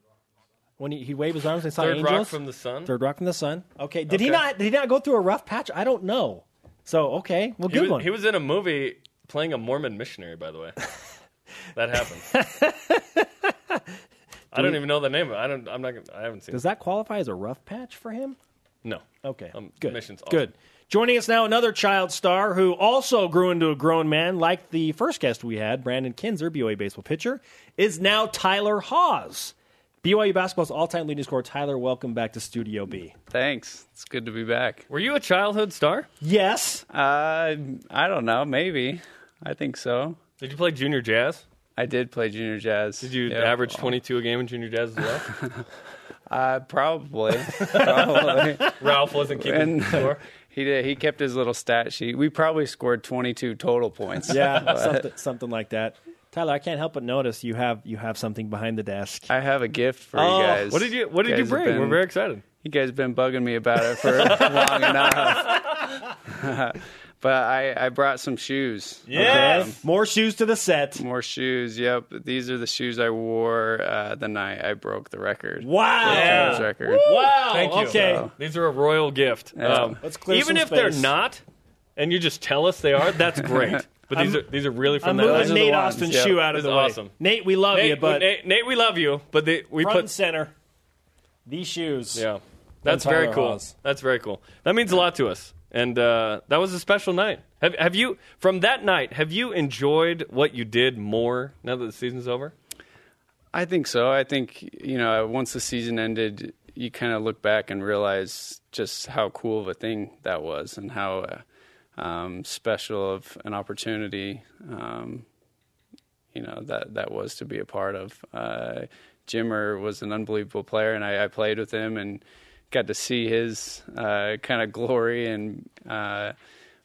S1: When he he'd wave his arms and saw
S2: Third
S1: Angels.
S2: rock from the sun.
S1: Third rock from the sun. Okay. Did he
S2: Okay.
S1: not did he not go through a rough patch? I don't know. So okay. Well
S2: He
S1: good
S2: was,
S1: one.
S2: he was in a movie playing a Mormon missionary, by
S1: [LAUGHS]
S2: the way. that happened. I don't even know the name of it. I don't. I'm not. gonna- I haven't seen.
S1: Does
S2: it.
S1: that qualify as a rough patch for him?
S2: No.
S1: Okay.
S2: Um,
S1: good.
S2: mission's awesome.
S1: Good. Joining us now, another child star who also grew into a grown man, like the first guest we had, Brandon Kinzer, BYU baseball pitcher, is now Tyler Hawes. BYU basketball's all-time leading scorer. Tyler, welcome back to Studio B.
S7: Thanks. It's good to be back.
S2: Were you a childhood star?
S1: [LAUGHS] Yes,
S7: Uh, I don't know. Maybe. I think so.
S2: Did you play junior jazz?
S7: I did play junior jazz.
S2: Did you average 22 a game in junior jazz as
S1: [LAUGHS]
S2: well?
S7: Uh, probably. probably.
S2: Ralph wasn't keeping
S7: And- [LAUGHS]
S2: score.
S7: He did. He kept his little stat sheet. We probably scored 22 total points.
S1: yeah, something, something like that. Tyler, I can't help but notice you have you have something behind the desk.
S7: I have a gift for
S1: Oh.
S7: you guys.
S2: Oh, What did you What did you
S7: guys have
S2: bring?
S7: been-
S2: We're very excited.
S7: you guys have been bugging me about it for [LAUGHS] long enough. [LAUGHS] but I, I brought some shoes.
S1: Yes, more shoes to the set.
S7: More shoes. Yep. These are the shoes I wore uh, the night I broke the record.
S1: Wow.
S7: Times record.
S2: Wow.
S1: Thank you.
S2: Okay.
S1: So-
S2: These are a royal gift. Um,
S1: Let's clear
S2: even
S1: some
S2: if they're
S1: space.
S2: not, and you just tell us they are,
S7: [LAUGHS]
S2: that's great. But these are these are really
S1: I'm
S2: from that.
S1: moving
S2: last-
S1: Nate
S7: the ones,
S1: Austin's
S7: yeah.
S1: shoe out of the
S2: This is
S1: way.
S2: awesome.
S1: Nate, we love you,
S2: Nate,
S1: but
S2: Nate, Nate, we love you, but they, we
S1: front and
S2: put
S1: center. These shoes.
S2: yeah, that's
S1: Tyler
S2: very cool.
S1: Haas.
S2: That's very cool. That means a lot to us, and uh, that was a special night. Have have you from that night? Have you enjoyed what you did more now that the season's over?
S7: I think so. I think you know once the season ended, you kind of look back and realize just how cool of a thing that was and how uh, um, special of an opportunity um, you know that that was to be a part of. Uh, Jimmer was an unbelievable player, and I, I played with him and got to see his uh, kind of glory and uh,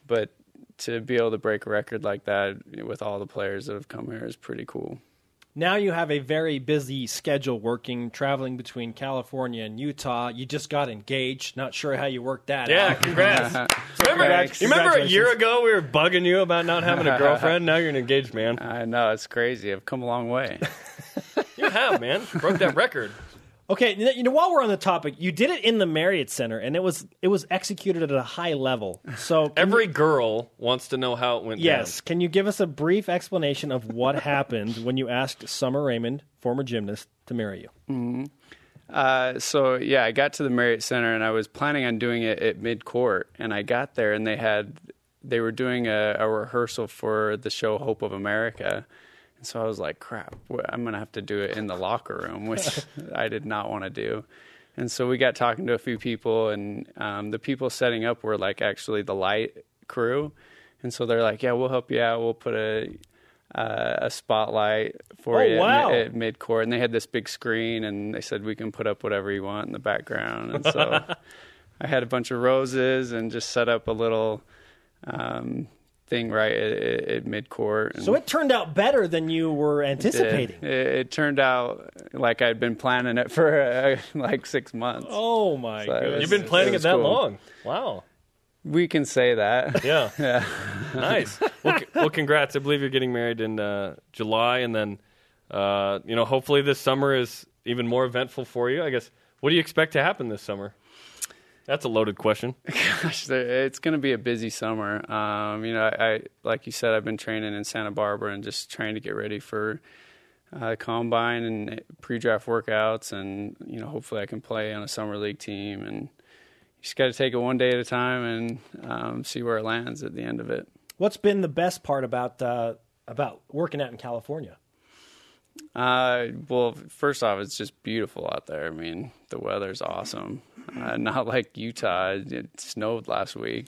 S7: but to be able to break a record like that with all the players that have come here is pretty cool.
S1: Now you have a very busy schedule working, traveling between California and Utah. You just got engaged. Not sure how you worked that
S2: Yeah,
S1: out.
S2: [LAUGHS] congrats. remember,
S7: Thanks.
S2: you remember a year
S1: Congratulations.
S2: ago we were bugging you about not having a girlfriend. Now you're an engaged man.
S7: I know it's crazy. I've come a long way. [LAUGHS]
S2: You have, man. Broke that record.
S1: Okay, you know- you know while we're on the topic, you did it in the Marriott Center, and it was it was executed at a high level. [LAUGHS] So can
S2: Every girl wants to know how it went.
S1: Yes. Can you give us a brief explanation of what happened when you asked Summer Raymond, former gymnast, to marry you?
S7: Uh, so yeah, I got to the Marriott Center and I was planning on doing it at mid court, and I got there and they had they were doing a, a rehearsal for the show Hope of America. And so I was like, crap, wh- I'm going to have to do it in the locker room, [LAUGHS] which I did not want to do. And so we got talking to a few people, and um, the people setting up were like actually the light crew. And so they're like, yeah, we'll help you out. We'll put a, uh, a spotlight for
S1: Oh,
S7: you at mi-
S1: wow.
S7: at mid court, and they had this big screen, and they said we can put up whatever you want in the background. And so
S1: [LAUGHS]
S7: I had a bunch of roses and just set up a little um, thing right at, at, at mid court.
S1: So it turned out better than you were anticipating.
S7: It, it turned out like I'd been planning it for uh, [LAUGHS] like six months.
S1: Oh my
S7: So it
S1: goodness.
S7: was-
S2: You've been planning
S7: it
S2: it
S7: was
S2: that
S7: cool.
S2: long. Wow.
S7: We can say that.
S2: Yeah. nice. [LAUGHS] Well, c- well, congrats. I believe you're getting married in uh, July, and then uh, you know, hopefully this summer is even more eventful for you. I guess. What do you expect to happen this summer? That's a loaded question.
S7: Gosh, there- it's going to be a busy summer. Um, you know, I, I like you said, I've been training in Santa Barbara and just trying to get ready for uh, combine and pre-draft workouts, and you know, hopefully, I can play on a summer league team. And you just got to take it one day at a time and um, see where it lands at the end of it.
S1: What's been the best part about uh, about working out in California?
S7: Uh, well, first off, it's just beautiful out there. I mean, the weather's awesome. Uh, [LAUGHS] not like Utah. It snowed last week,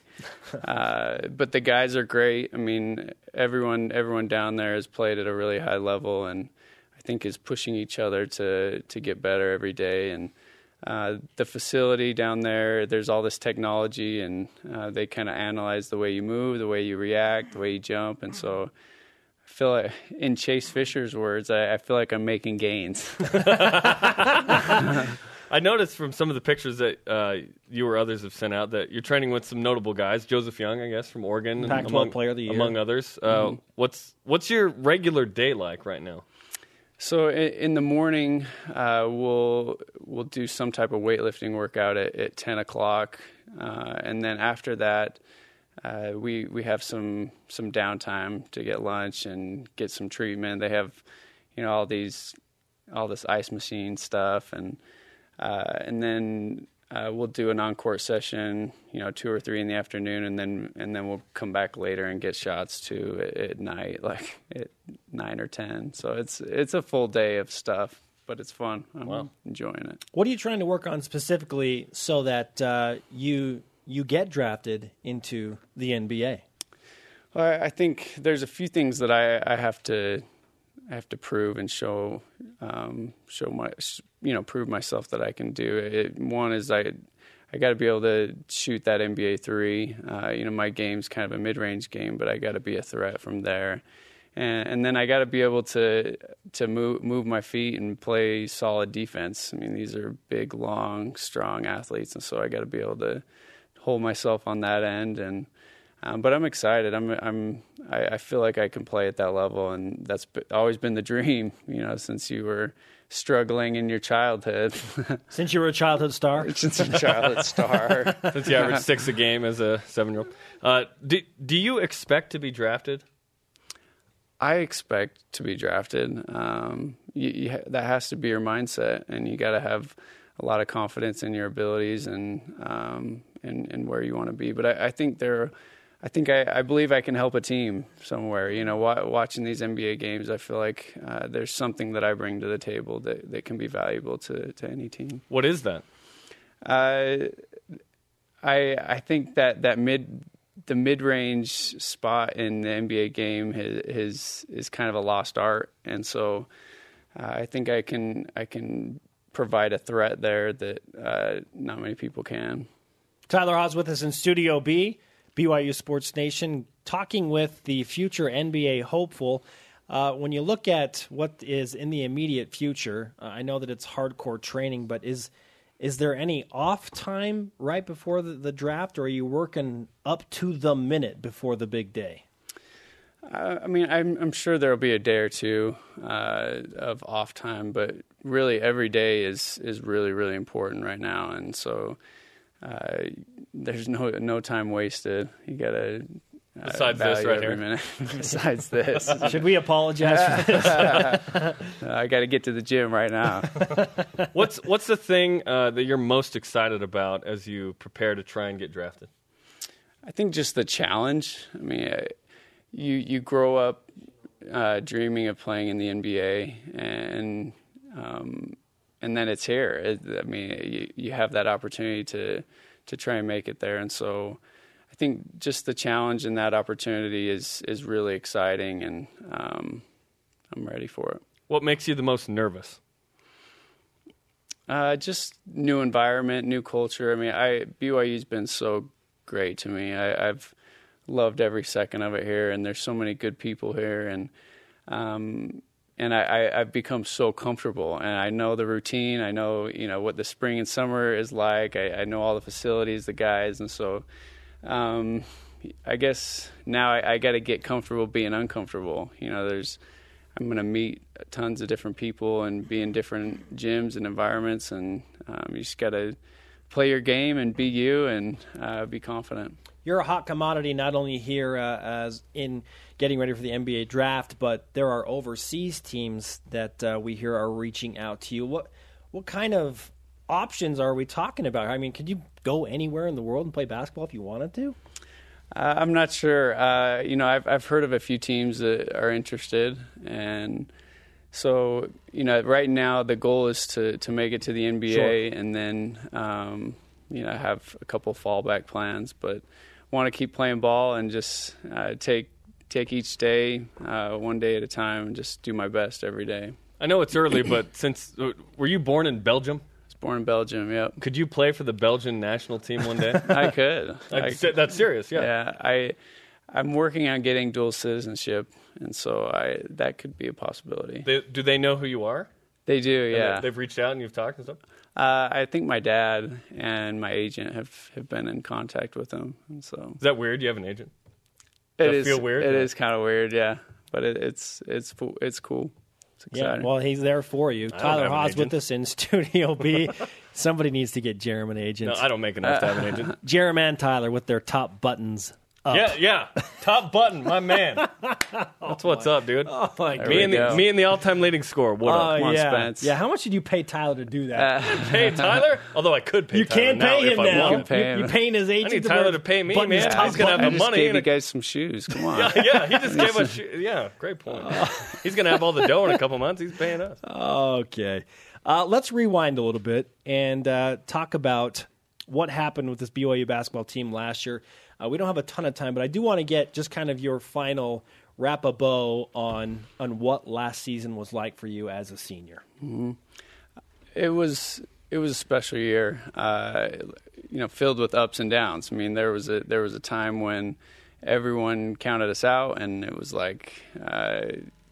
S7: uh, but the guys are great. I mean, everyone everyone down there has played at a really high level, and I think is pushing each other to to get better every day. And uh, the facility down there, there's all this technology, and uh, they kind of analyze the way you move, the way you react, the way you jump, and so feel like, in Chase Fisher's words, I, I feel like I'm making gains. [LAUGHS]
S2: I noticed from some of the pictures that uh, you or others have sent out that you're training with some notable guys. Joseph Young, I guess, from Oregon, and
S1: Pac-12 Player of the Year. Mm-hmm.
S2: among others. Uh, What's what's your regular day like right now?
S7: so in, in the morning, uh, we'll we'll do some type of weightlifting workout at, at 10 o'clock, uh, and then after that, uh, we we have some some downtime to get lunch and get some treatment. They have, you know, all these all this ice machine stuff and uh, and then uh, we'll do an encore session, you know, two or three in the afternoon, and then and then we'll come back later and get shots too at, at night, [LAUGHS] like at nine or ten. So it's it's a full day of stuff, but it's fun. I'm enjoying it.
S1: What are you trying to work on specifically so that uh, you you get drafted into the NBA?
S7: Well, I- I think there's a few things that I, I have to I have to prove and show um, show my sh- you know prove myself that I can do it. One is I I got to be able to shoot that NBA three. Uh, you know my game's kind of a mid range game, but I got to be a threat from there. And, and then I got to be able to to move move my feet and play solid defense. I mean these are big, long, strong athletes, and so I got to be able to hold myself on that end and. Um, but I'm excited. I'm I'm [LAUGHS] I, I feel like I can play at that level, and that's b- always been the dream, you know, since you were struggling in your childhood [LAUGHS]
S1: Since you were a childhood star,
S7: since your childhood star.
S2: Since
S1: [LAUGHS]
S2: you average six a game as a seven year old. Uh, do, do you expect to be drafted?
S7: I expect to be drafted. Um, you, you, ha- that has to be your mindset, and you got to have a lot of confidence in your abilities and um, and, and where you want to be. But I, I think there, I think I, I believe I can help a team somewhere. You know, wa- watching these NBA games, I feel like uh, there's something that I bring to the table that, that can be valuable to, to any team.
S2: What is that?
S7: Uh, I I think that that mid the mid range spot in the NBA game has, has is kind of a lost art, and so uh, I think I can I can provide a threat there that uh, not many people can.
S1: Tyler Haas with us in Studio B, BYU Sports Nation, talking with the future NBA hopeful. Uh, when you look at what is in the immediate future, uh, I know that it's hardcore training, but is is there any off time right before the, the draft, or are you working up to the minute before the big day?
S7: I mean, I'm, I'm sure there'll be a day or two uh, of off time, but really every day is is really really important right now, and so uh, there's no no time wasted. You gotta uh,
S2: Besides this
S7: value
S2: right here. [LAUGHS]
S7: every minute. [LAUGHS] Besides this,
S1: Should we apologize for
S7: I gotta get to the gym
S2: [LAUGHS]
S7: right now.
S2: What's what's the thing uh, that you're most excited about as you prepare to try and get drafted?
S7: I think just the challenge. I mean, I- you you grow up uh, dreaming of playing in the NBA, and um, and then it's here. It, I mean, you, you have that opportunity to to try and make it there, and so I think just the challenge and that opportunity is is really exciting, and um, I'm ready for it.
S2: What makes you the most nervous?
S7: Uh, just new environment, new culture. I mean, I BYU's been so great to me. I, I've loved every second of it here, and there's so many good people here, and um, and I, I, I've become so comfortable, and I know the routine. I know you know what the spring and summer is like. I, I know all the facilities, the guys, and so um, I guess now I, I got to get comfortable being uncomfortable. You know, there's I'm going to meet tons of different people and be in different gyms and environments, and um, you just got to play your game and be you and uh, be confident.
S1: you're a hot commodity not only here uh, as in getting ready for the NBA draft, but there are overseas teams that uh, we hear are reaching out to you. What what kind of options are we talking about? I mean, could you go anywhere in the world and play basketball if you wanted to?
S7: Uh, I'm not sure. Uh, you know, I've I've heard of a few teams that are interested, and so you know, right now the goal is to to make it to the NBA, and then um, you know have a couple fallback plans, but want to keep playing ball and just uh, take take each day uh, one day at a time and just do my best every day.
S2: I know it's
S1: [CLEARS THROAT]
S2: early, but since uh, were you born in Belgium?
S7: I was born in Belgium. Yep,
S2: Could you play for the Belgian national team
S1: [LAUGHS]
S2: one day?
S7: I could.
S2: Like, se- that's serious. Yeah.
S7: yeah, I I'm working on getting dual citizenship, and so I that could be a possibility.
S2: They, do they know who you are?
S7: They do,
S2: And
S7: yeah.
S2: they- They've reached out and you've talked and stuff.
S7: Uh, I think my dad and my agent have, have been in contact with them, and so
S2: Is that weird? You have an agent.
S7: it
S2: that
S7: is
S2: feel weird?
S7: It is kind of weird, yeah. But it, it's it's fo- it's cool. It's exciting.
S1: Yeah, well, he's there for you. Tyler
S2: have an
S1: Haas with
S2: agent.
S1: us in [LAUGHS] Studio B.
S2: [LAUGHS]
S1: Somebody needs to get Jerem an agent.
S2: No, I don't make enough to have an agent.
S1: Jerem and Tyler with their top buttons. Up.
S2: Yeah, yeah. Top button, my
S1: [LAUGHS]
S2: man. That's what's up, dude.
S1: my God.
S2: me and the
S7: go.
S2: me and the all-time leading scorer. What
S1: Oh,
S2: up?
S7: on,
S1: yeah.
S7: Spence.
S1: yeah. How much did you pay Tyler to do
S2: Uh,
S1: that?
S2: Hey, Tyler. Although I could pay.
S1: You
S2: Tyler
S1: can't
S2: now
S1: pay
S2: if
S1: him
S2: I
S1: now.
S2: wanted.
S1: You,
S7: Can't pay him.
S1: you paying his agent.
S2: need
S1: to
S2: Tyler
S1: wear
S2: to pay me,
S1: buttons,
S2: man.
S1: top
S2: He's gonna have
S1: button.
S2: the
S7: I just
S2: money
S7: gave
S2: and
S7: you
S2: it-
S7: guys some
S2: [LAUGHS]
S7: shoes. Come on.
S2: yeah, he just gave us. Yeah, great point.
S1: Uh, [LAUGHS]
S2: He's gonna have all the dough in a couple months. He's paying us.
S1: Okay. Uh, let's rewind a little bit and uh, talk about what happened with this BYU basketball team last year. Uh, we don't have a ton of time, but I do want to get just kind of your final wrap a bow on on what last season was like for you as a senior.
S7: it was it was a special year, uh, you know, filled with ups and downs. I mean, there was a there was a time when everyone counted us out, and it was like uh,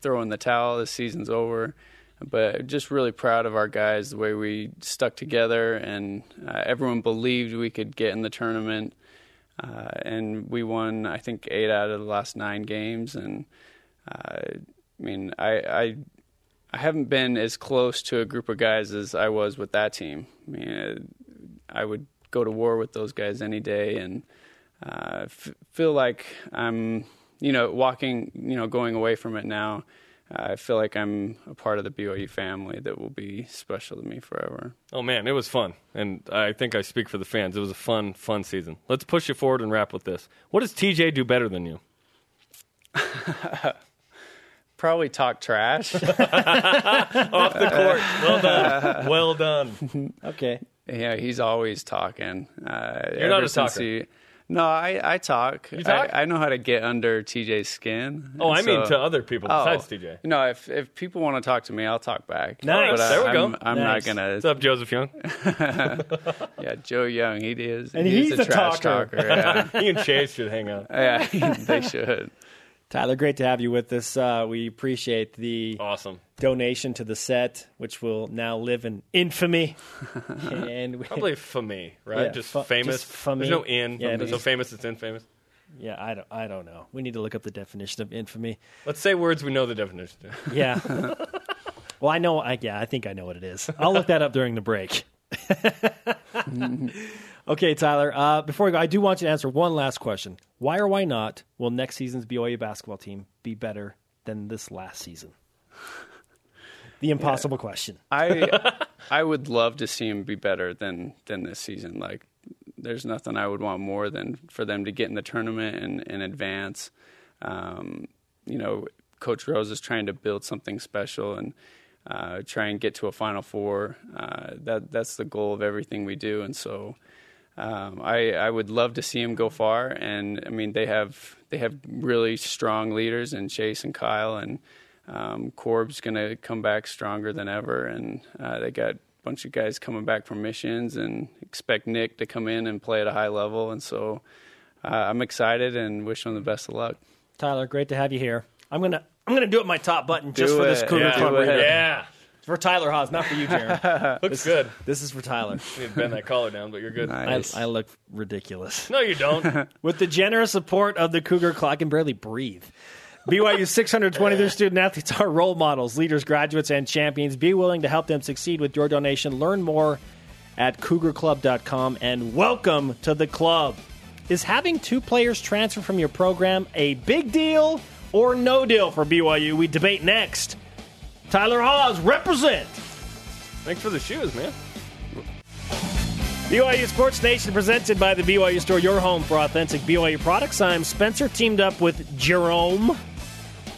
S7: throwing the towel. This season's over. But just really proud of our guys, the way we stuck together, and uh, everyone believed we could get in the tournament. Uh, and we won, I think, eight out of the last nine games. And uh, I mean, I, I I haven't been as close to a group of guys as I was with that team. I mean, I would go to war with those guys any day, and uh, f- feel like I'm, you know, walking, you know, going away from it now. I feel like I'm a part of the BYU family that will be special to me forever.
S2: Oh man, it was fun, and I think I speak for the fans. It was a fun, fun season. Let's push it forward and wrap with this. What does TJ do better than you?
S7: Probably
S2: [LAUGHS]
S7: talk trash.
S2: Off the court. Well done. Well done.
S1: Okay.
S7: [LAUGHS] Yeah, he's always talking. Uh,
S2: You're not
S7: ever
S2: a
S7: since
S2: talker.
S7: he- no, I, I talk.
S2: talk?
S7: I, I know how to get under TJ's skin.
S2: [LAUGHS] Oh, I
S7: and
S2: mean
S7: so-
S2: to other people
S7: Oh.
S2: besides TJ.
S7: No, if if people want to talk to me, I'll talk back.
S1: Nice.
S7: But, uh,
S2: There we go.
S7: I'm, I'm
S1: Nice.
S7: not gonna.
S2: What's up, Joseph Young?
S7: Yeah, Joe Young, he is.
S1: And
S7: he's,
S1: he's
S7: a,
S1: a
S7: trash
S1: talker.
S7: talker.
S2: [LAUGHS]
S7: Yeah,
S2: you and Chase should hang out.
S7: yeah [LAUGHS] they should.
S1: Tyler, great to have you with us. Uh, we appreciate the
S2: Awesome.
S1: donation to the set, which will now live in
S2: [LAUGHS]
S1: infamy. and we,
S2: Probably for me, right?
S1: Yeah,
S2: just
S1: fu-
S2: famous.
S1: just for me.
S2: There's no in.
S1: Yeah,
S2: There's
S1: but-
S2: no famous. It's infamous.
S1: yeah, I don't, I don't know. We need to look up the definition of infamy.
S2: Let's say words we know the definition. to.
S1: Yeah. [LAUGHS] well, I know. I, yeah, I think I know what it is. I'll look that up during the break. [LAUGHS] okay, Tyler. Uh, before we go, I do want you to answer one last question. Why or why not will next season's BYU basketball team be better than this last season? The impossible question.
S7: I I would love to see him be better than than this season. Like, there's nothing I would want more than for them to get in the tournament and, and advance. Um, you know, Coach Rose is trying to build something special and uh, try and get to a Final Four. Uh, that that's the goal of everything we do, and so. Um, I, I would love to see him go far, and I mean they have they have really strong leaders in Chase and Kyle, and um, Corb's going to come back stronger than ever, and uh, they got a bunch of guys coming back from missions, and expect Nick to come in and play at a high level, and so uh, I'm excited and wish him the best of luck.
S1: Tyler, great to have you here. I'm gonna I'm gonna do it my top button just
S7: Do
S1: for this
S7: it.
S1: Cougar
S7: Yeah,
S1: Club
S7: do it.
S1: radio.
S2: Yeah.
S1: For Tyler Haas, not for you,
S7: [LAUGHS]
S1: Jaron.
S2: Looks good.
S1: this is for Tyler.
S2: You've bend that collar down, but you're good.
S1: I,
S7: Nice.
S1: I look ridiculous.
S2: No, you don't.
S1: With the generous support of the Cougar Club, I can barely breathe. BYU 620 of their student athletes are role models, leaders, graduates, and champions. Be willing to help them succeed with your donation. Learn more at cougarclub.com and welcome to the club. Is having two players transfer from your program a big deal or no deal for BYU? We debate next. Tyler Hawes, represent.
S2: Thanks for the shoes, man.
S1: BYU Sports Nation presented by the BYU Store, your home for authentic BYU products. I'm Spencer, teamed up with Jerome.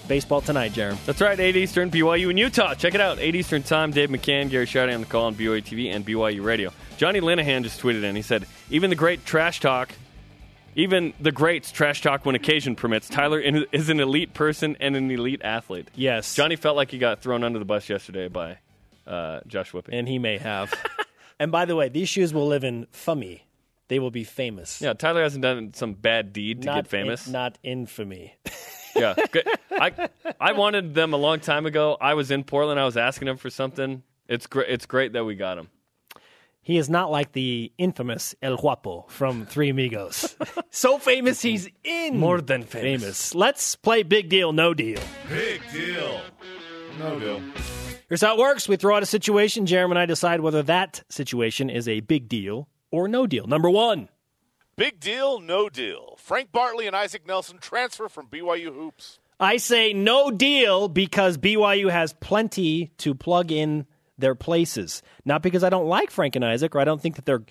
S1: Baseball tonight, Jerome.
S2: That's right, 8 Eastern, BYU in Utah. Check it out, 8 Eastern time. Dave McCann, Gary Shaddy on the call on BYU TV and BYU Radio. Johnny Linehan just tweeted in. He said, even the great trash talk, even the greats trash talk when occasion permits. Tyler in- is an elite person and an elite athlete.
S1: Yes,
S2: Johnny felt like he got thrown under the bus yesterday by uh, Josh Whipping.
S1: and he may [LAUGHS] have. and by the way, these shoes will live in Fummy. They will be famous.
S2: yeah, Tyler hasn't done some bad deed to
S1: not
S2: get famous.
S1: in- not infamy.
S2: Yeah, good. I I wanted them a long time ago. I was in Portland. I was asking them for something. It's great. It's great that we got them.
S1: He is not like the infamous El Guapo from Three Amigos. [LAUGHS] so famous, he's in more than famous. Let's play Big Deal, No Deal.
S3: Big deal. No deal.
S1: Here's how it works. We throw out a situation. Jeremy and I decide whether that situation is a big deal or no deal. Number one.
S8: Big deal, no deal. Frank Bartley and Isaac Nelson transfer from BYU Hoops.
S1: I say no deal because BYU has plenty to plug in their places. Not because I don't like Frank and Isaac or I don't think that they're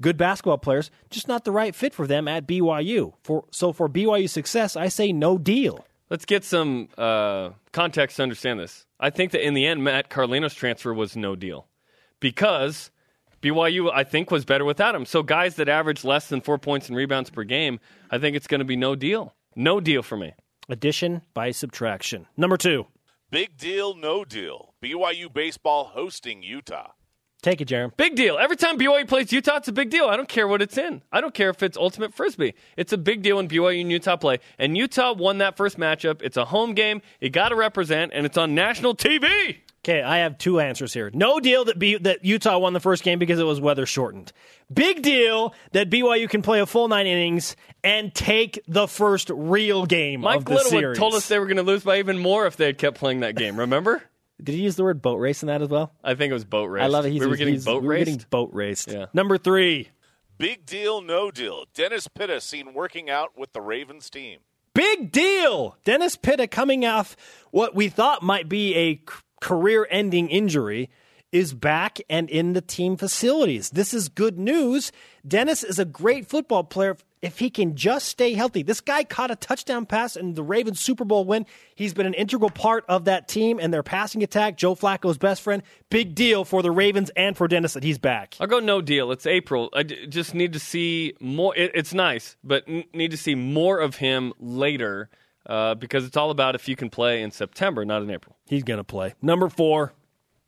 S1: good basketball players, just not the right fit for them at BYU. For so for BYU success, I say no deal.
S2: Let's get some uh, context to understand this. I think that in the end, Matt Carlino's transfer was no deal because BYU, I think, was better without him. So guys that average less than four points and rebounds per game, I think it's going to be no deal. No deal for me.
S1: Addition by subtraction. Number 2.
S8: Big deal, no deal. BYU baseball hosting Utah.
S1: Take it, Jeremy.
S2: Big deal. Every time BYU plays Utah, it's a big deal. I don't care what it's in. I don't care if it's ultimate frisbee. It's a big deal when BYU and Utah play. And Utah won that first matchup. It's a home game. You got to represent, and it's on national TV.
S1: Okay, I have two answers here. No deal that B- that Utah won the first game because it was weather shortened. Big deal that BYU can play a full nine innings and take the first real game
S2: Mike
S1: of the
S2: Littlewood
S1: series.
S2: told us they were going to lose by even more if they had kept playing that game. Remember?
S1: Did he use the word boat race in that as well?
S2: I think it was boat race.
S1: I love it. He's,
S2: we were
S1: he's-
S2: getting
S1: he's-
S2: boat
S1: we were
S2: raced.
S1: getting boat raced.
S2: Yeah.
S1: Number three,
S8: Big deal, no deal. Dennis Pitta seen working out with the Ravens team.
S1: big deal. Dennis Pitta coming off what we thought might be a c- career-ending injury is back and in the team facilities. This is good news. Dennis is a great football player if he can just stay healthy. This guy caught a touchdown pass in the Ravens Super Bowl win. He's been an integral part of that team and their passing attack. Joe Flacco's best friend. Big deal for the Ravens and for Dennis that he's back.
S2: I'll go no deal. It's April. I d- just need to see more. It, it's nice, but n- need to see more of him later uh, because it's all about if you can play in September, not in April.
S1: He's going to play. Number four.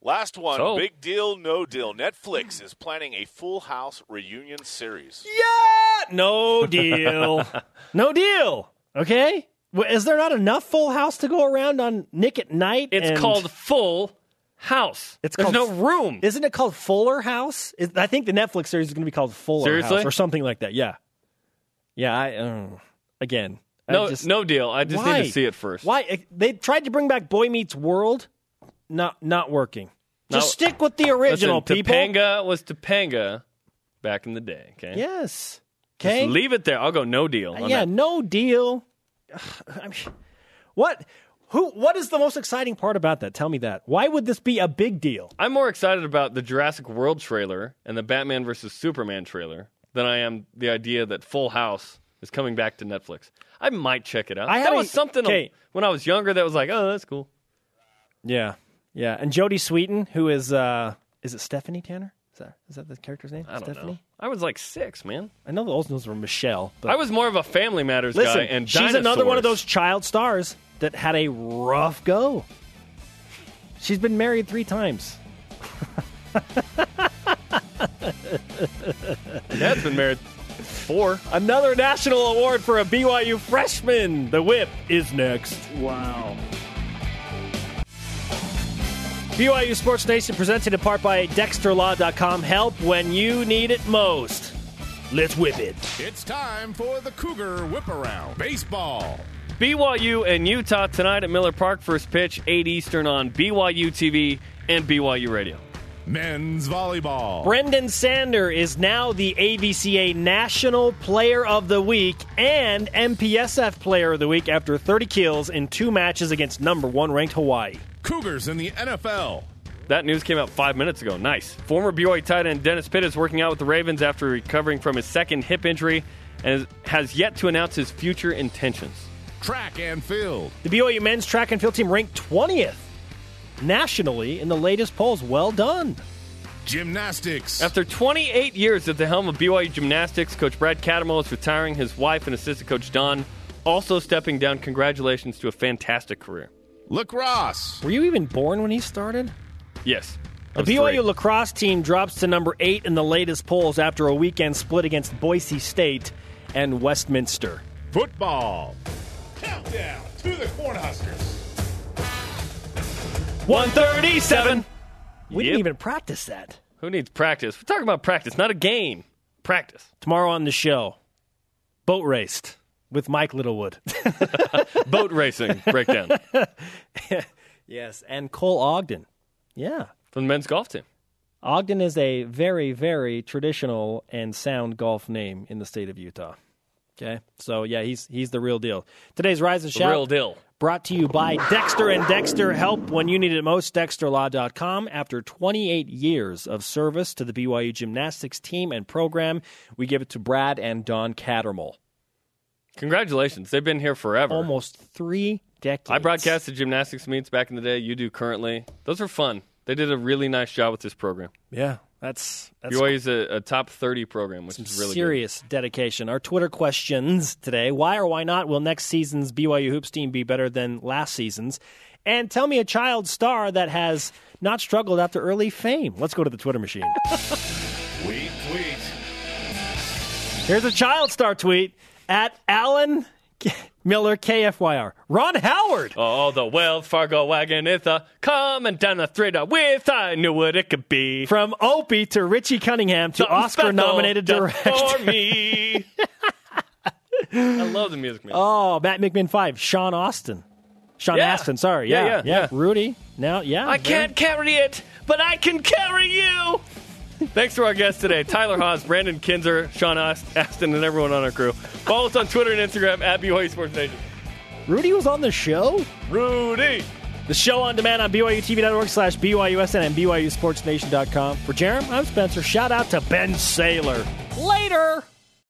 S8: Last one,
S2: So-
S8: big deal, no deal. Netflix is planning a Full House reunion series.
S1: Yeah,
S2: [LAUGHS]
S1: no deal. no deal. Okay? Well, Is there not enough Full House to go around on Nick at Night?
S2: It's
S1: and-
S2: called Full House.
S1: It's
S2: There's
S1: called-
S2: no room.
S1: Isn't it called Fuller House? Is- I think the Netflix series is going to be called Fuller
S2: Seriously?
S1: House or something like that. Yeah. Yeah, I uh, again. I
S2: no,
S1: just-
S2: no deal. I just
S1: Why?
S2: need to see it first.
S1: Why eh, they tried to bring back Boy Meets World? Not not working.
S2: No.
S1: Just stick with the
S2: Listen,
S1: original people.
S2: Topanga was Topanga back in the day. Okay.
S1: Yes.
S2: Just
S1: Okay. Uh,
S2: leave it there. I'll go no deal. on
S1: yeah,
S2: that.
S1: no deal. [SIGHS] I mean, what? Who? What is the most exciting part about that? Tell me that. Why would this be a big deal?
S2: I'm more excited about the Jurassic World trailer and the Batman versus Superman trailer than I am the idea that Full House is coming back to Netflix. I might check it out.
S1: I had
S2: that
S1: a-
S2: was something
S1: okay.
S2: when I was younger that was like, oh, that's cool.
S1: Yeah, yeah. And Jodie Sweetin, who is uh, is it Stephanie Tanner? Is that is that the character's name?
S2: I don't
S1: Stephanie.
S2: know. I was like six, man.
S1: I know the old ones were Michelle. But
S2: I was more of a Family Matters
S1: listen.
S2: guy, and
S1: she's another one of those
S2: dinosaurs.
S1: child stars that had a rough go. She's been married three times.
S2: [LAUGHS] Dad's been married four.
S1: Another national award for a BYU freshman. The whip is next. Wow. BYU Sports Nation presented in part by DexterLaw.com. Help when you need it most. Let's whip it.
S3: It's time for the Cougar Whip Around Baseball.
S2: BYU and Utah tonight at Miller Park. First pitch, 8 Eastern on BYU TV and BYU Radio.
S3: Men's volleyball.
S1: Brendan Sander is now the AVCA National Player of the Week and MPSF Player of the Week after 30 kills in two matches against number one ranked Hawaii.
S3: Cougars in the NFL.
S2: That news came out five minutes ago. Nice. Former BYU tight end Dennis Pitt is working out with the Ravens after recovering from his second hip injury and has yet to announce his future intentions.
S3: Track and field.
S1: The BYU men's track and field team ranked 20th nationally in the latest polls. Well done.
S3: Gymnastics.
S2: After 28 years at the helm of BYU gymnastics, Coach Brad Cattermole is retiring. His wife and assistant coach Don also stepping down. Congratulations to a fantastic career.
S3: Lacrosse.
S1: Were you even born when he started?
S2: Yes.
S1: The
S2: I was
S1: BYU
S2: three.
S1: lacrosse team drops to number eight in the latest polls after a weekend split against Boise State and Westminster.
S3: Football. Countdown to the Cornhuskers.
S1: 137. We
S2: Yep.
S1: didn't even practice that.
S2: Who needs practice? We're talking about practice, not a game. Practice.
S1: [LAUGHS] Tomorrow on the show, boat raced with Mike Littlewood. [LAUGHS]
S2: Boat racing breakdown
S1: yes, and Cole Ogden. Yeah.
S2: from the men's golf team.
S1: Ogden is a very, very traditional and sound golf name in the state of Utah. Okay, so yeah, he's he's the real deal. Today's rise and shout
S2: Real deal.
S1: brought to you by Dexter and Dexter Help when you need it most. DexterLaw.com. After 28 years of service to the BYU gymnastics team and program, we give it to Brad and Don Cattermole.
S2: Congratulations. They've been here forever.
S1: Almost three decades.
S2: I broadcasted gymnastics meets back in the day. You do currently. Those are fun. They did a really nice job with this program.
S1: Yeah, that's that's
S2: BYU is a, a top 30 program, which is really
S1: serious dedication. Our Twitter questions today: Why or why not will next season's BYU hoops team be better than last season's? And tell me a child star that has not struggled after early fame. Let's go to the Twitter machine.
S3: Tweet, tweet.
S1: Here's a child star tweet at Alan K- Miller KFYR. Ron Howard.
S2: good. Oh, the Wells Fargo wagon is a coming down the street with. I knew what it could be.
S1: From Opie to Richie Cunningham to
S2: Something
S1: Oscar nominated
S2: special
S1: director.
S2: just for me. I love the music, man.
S1: Oh, Matt McMinn five, Sean Austin. Sean
S2: Yeah.
S1: Astin, sorry.
S2: Yeah,
S1: Yeah,
S2: yeah, yeah.
S1: Rudy. Now, yeah.
S2: I
S1: very-
S2: can't carry it, but I can carry you. Thanks to our guests today, Tyler Haas, Brandon Kinzer, Sean Ast- Aston, and everyone on our crew. Follow us on Twitter and Instagram at BYU Sports Nation.
S1: Rudy was on the show?
S2: Rudy.
S1: The show on demand on BYUtv.org slash BYUSN and BYUSportsNation.com. For Jerem, I'm Spencer. Shout out to Ben Saylor. Later!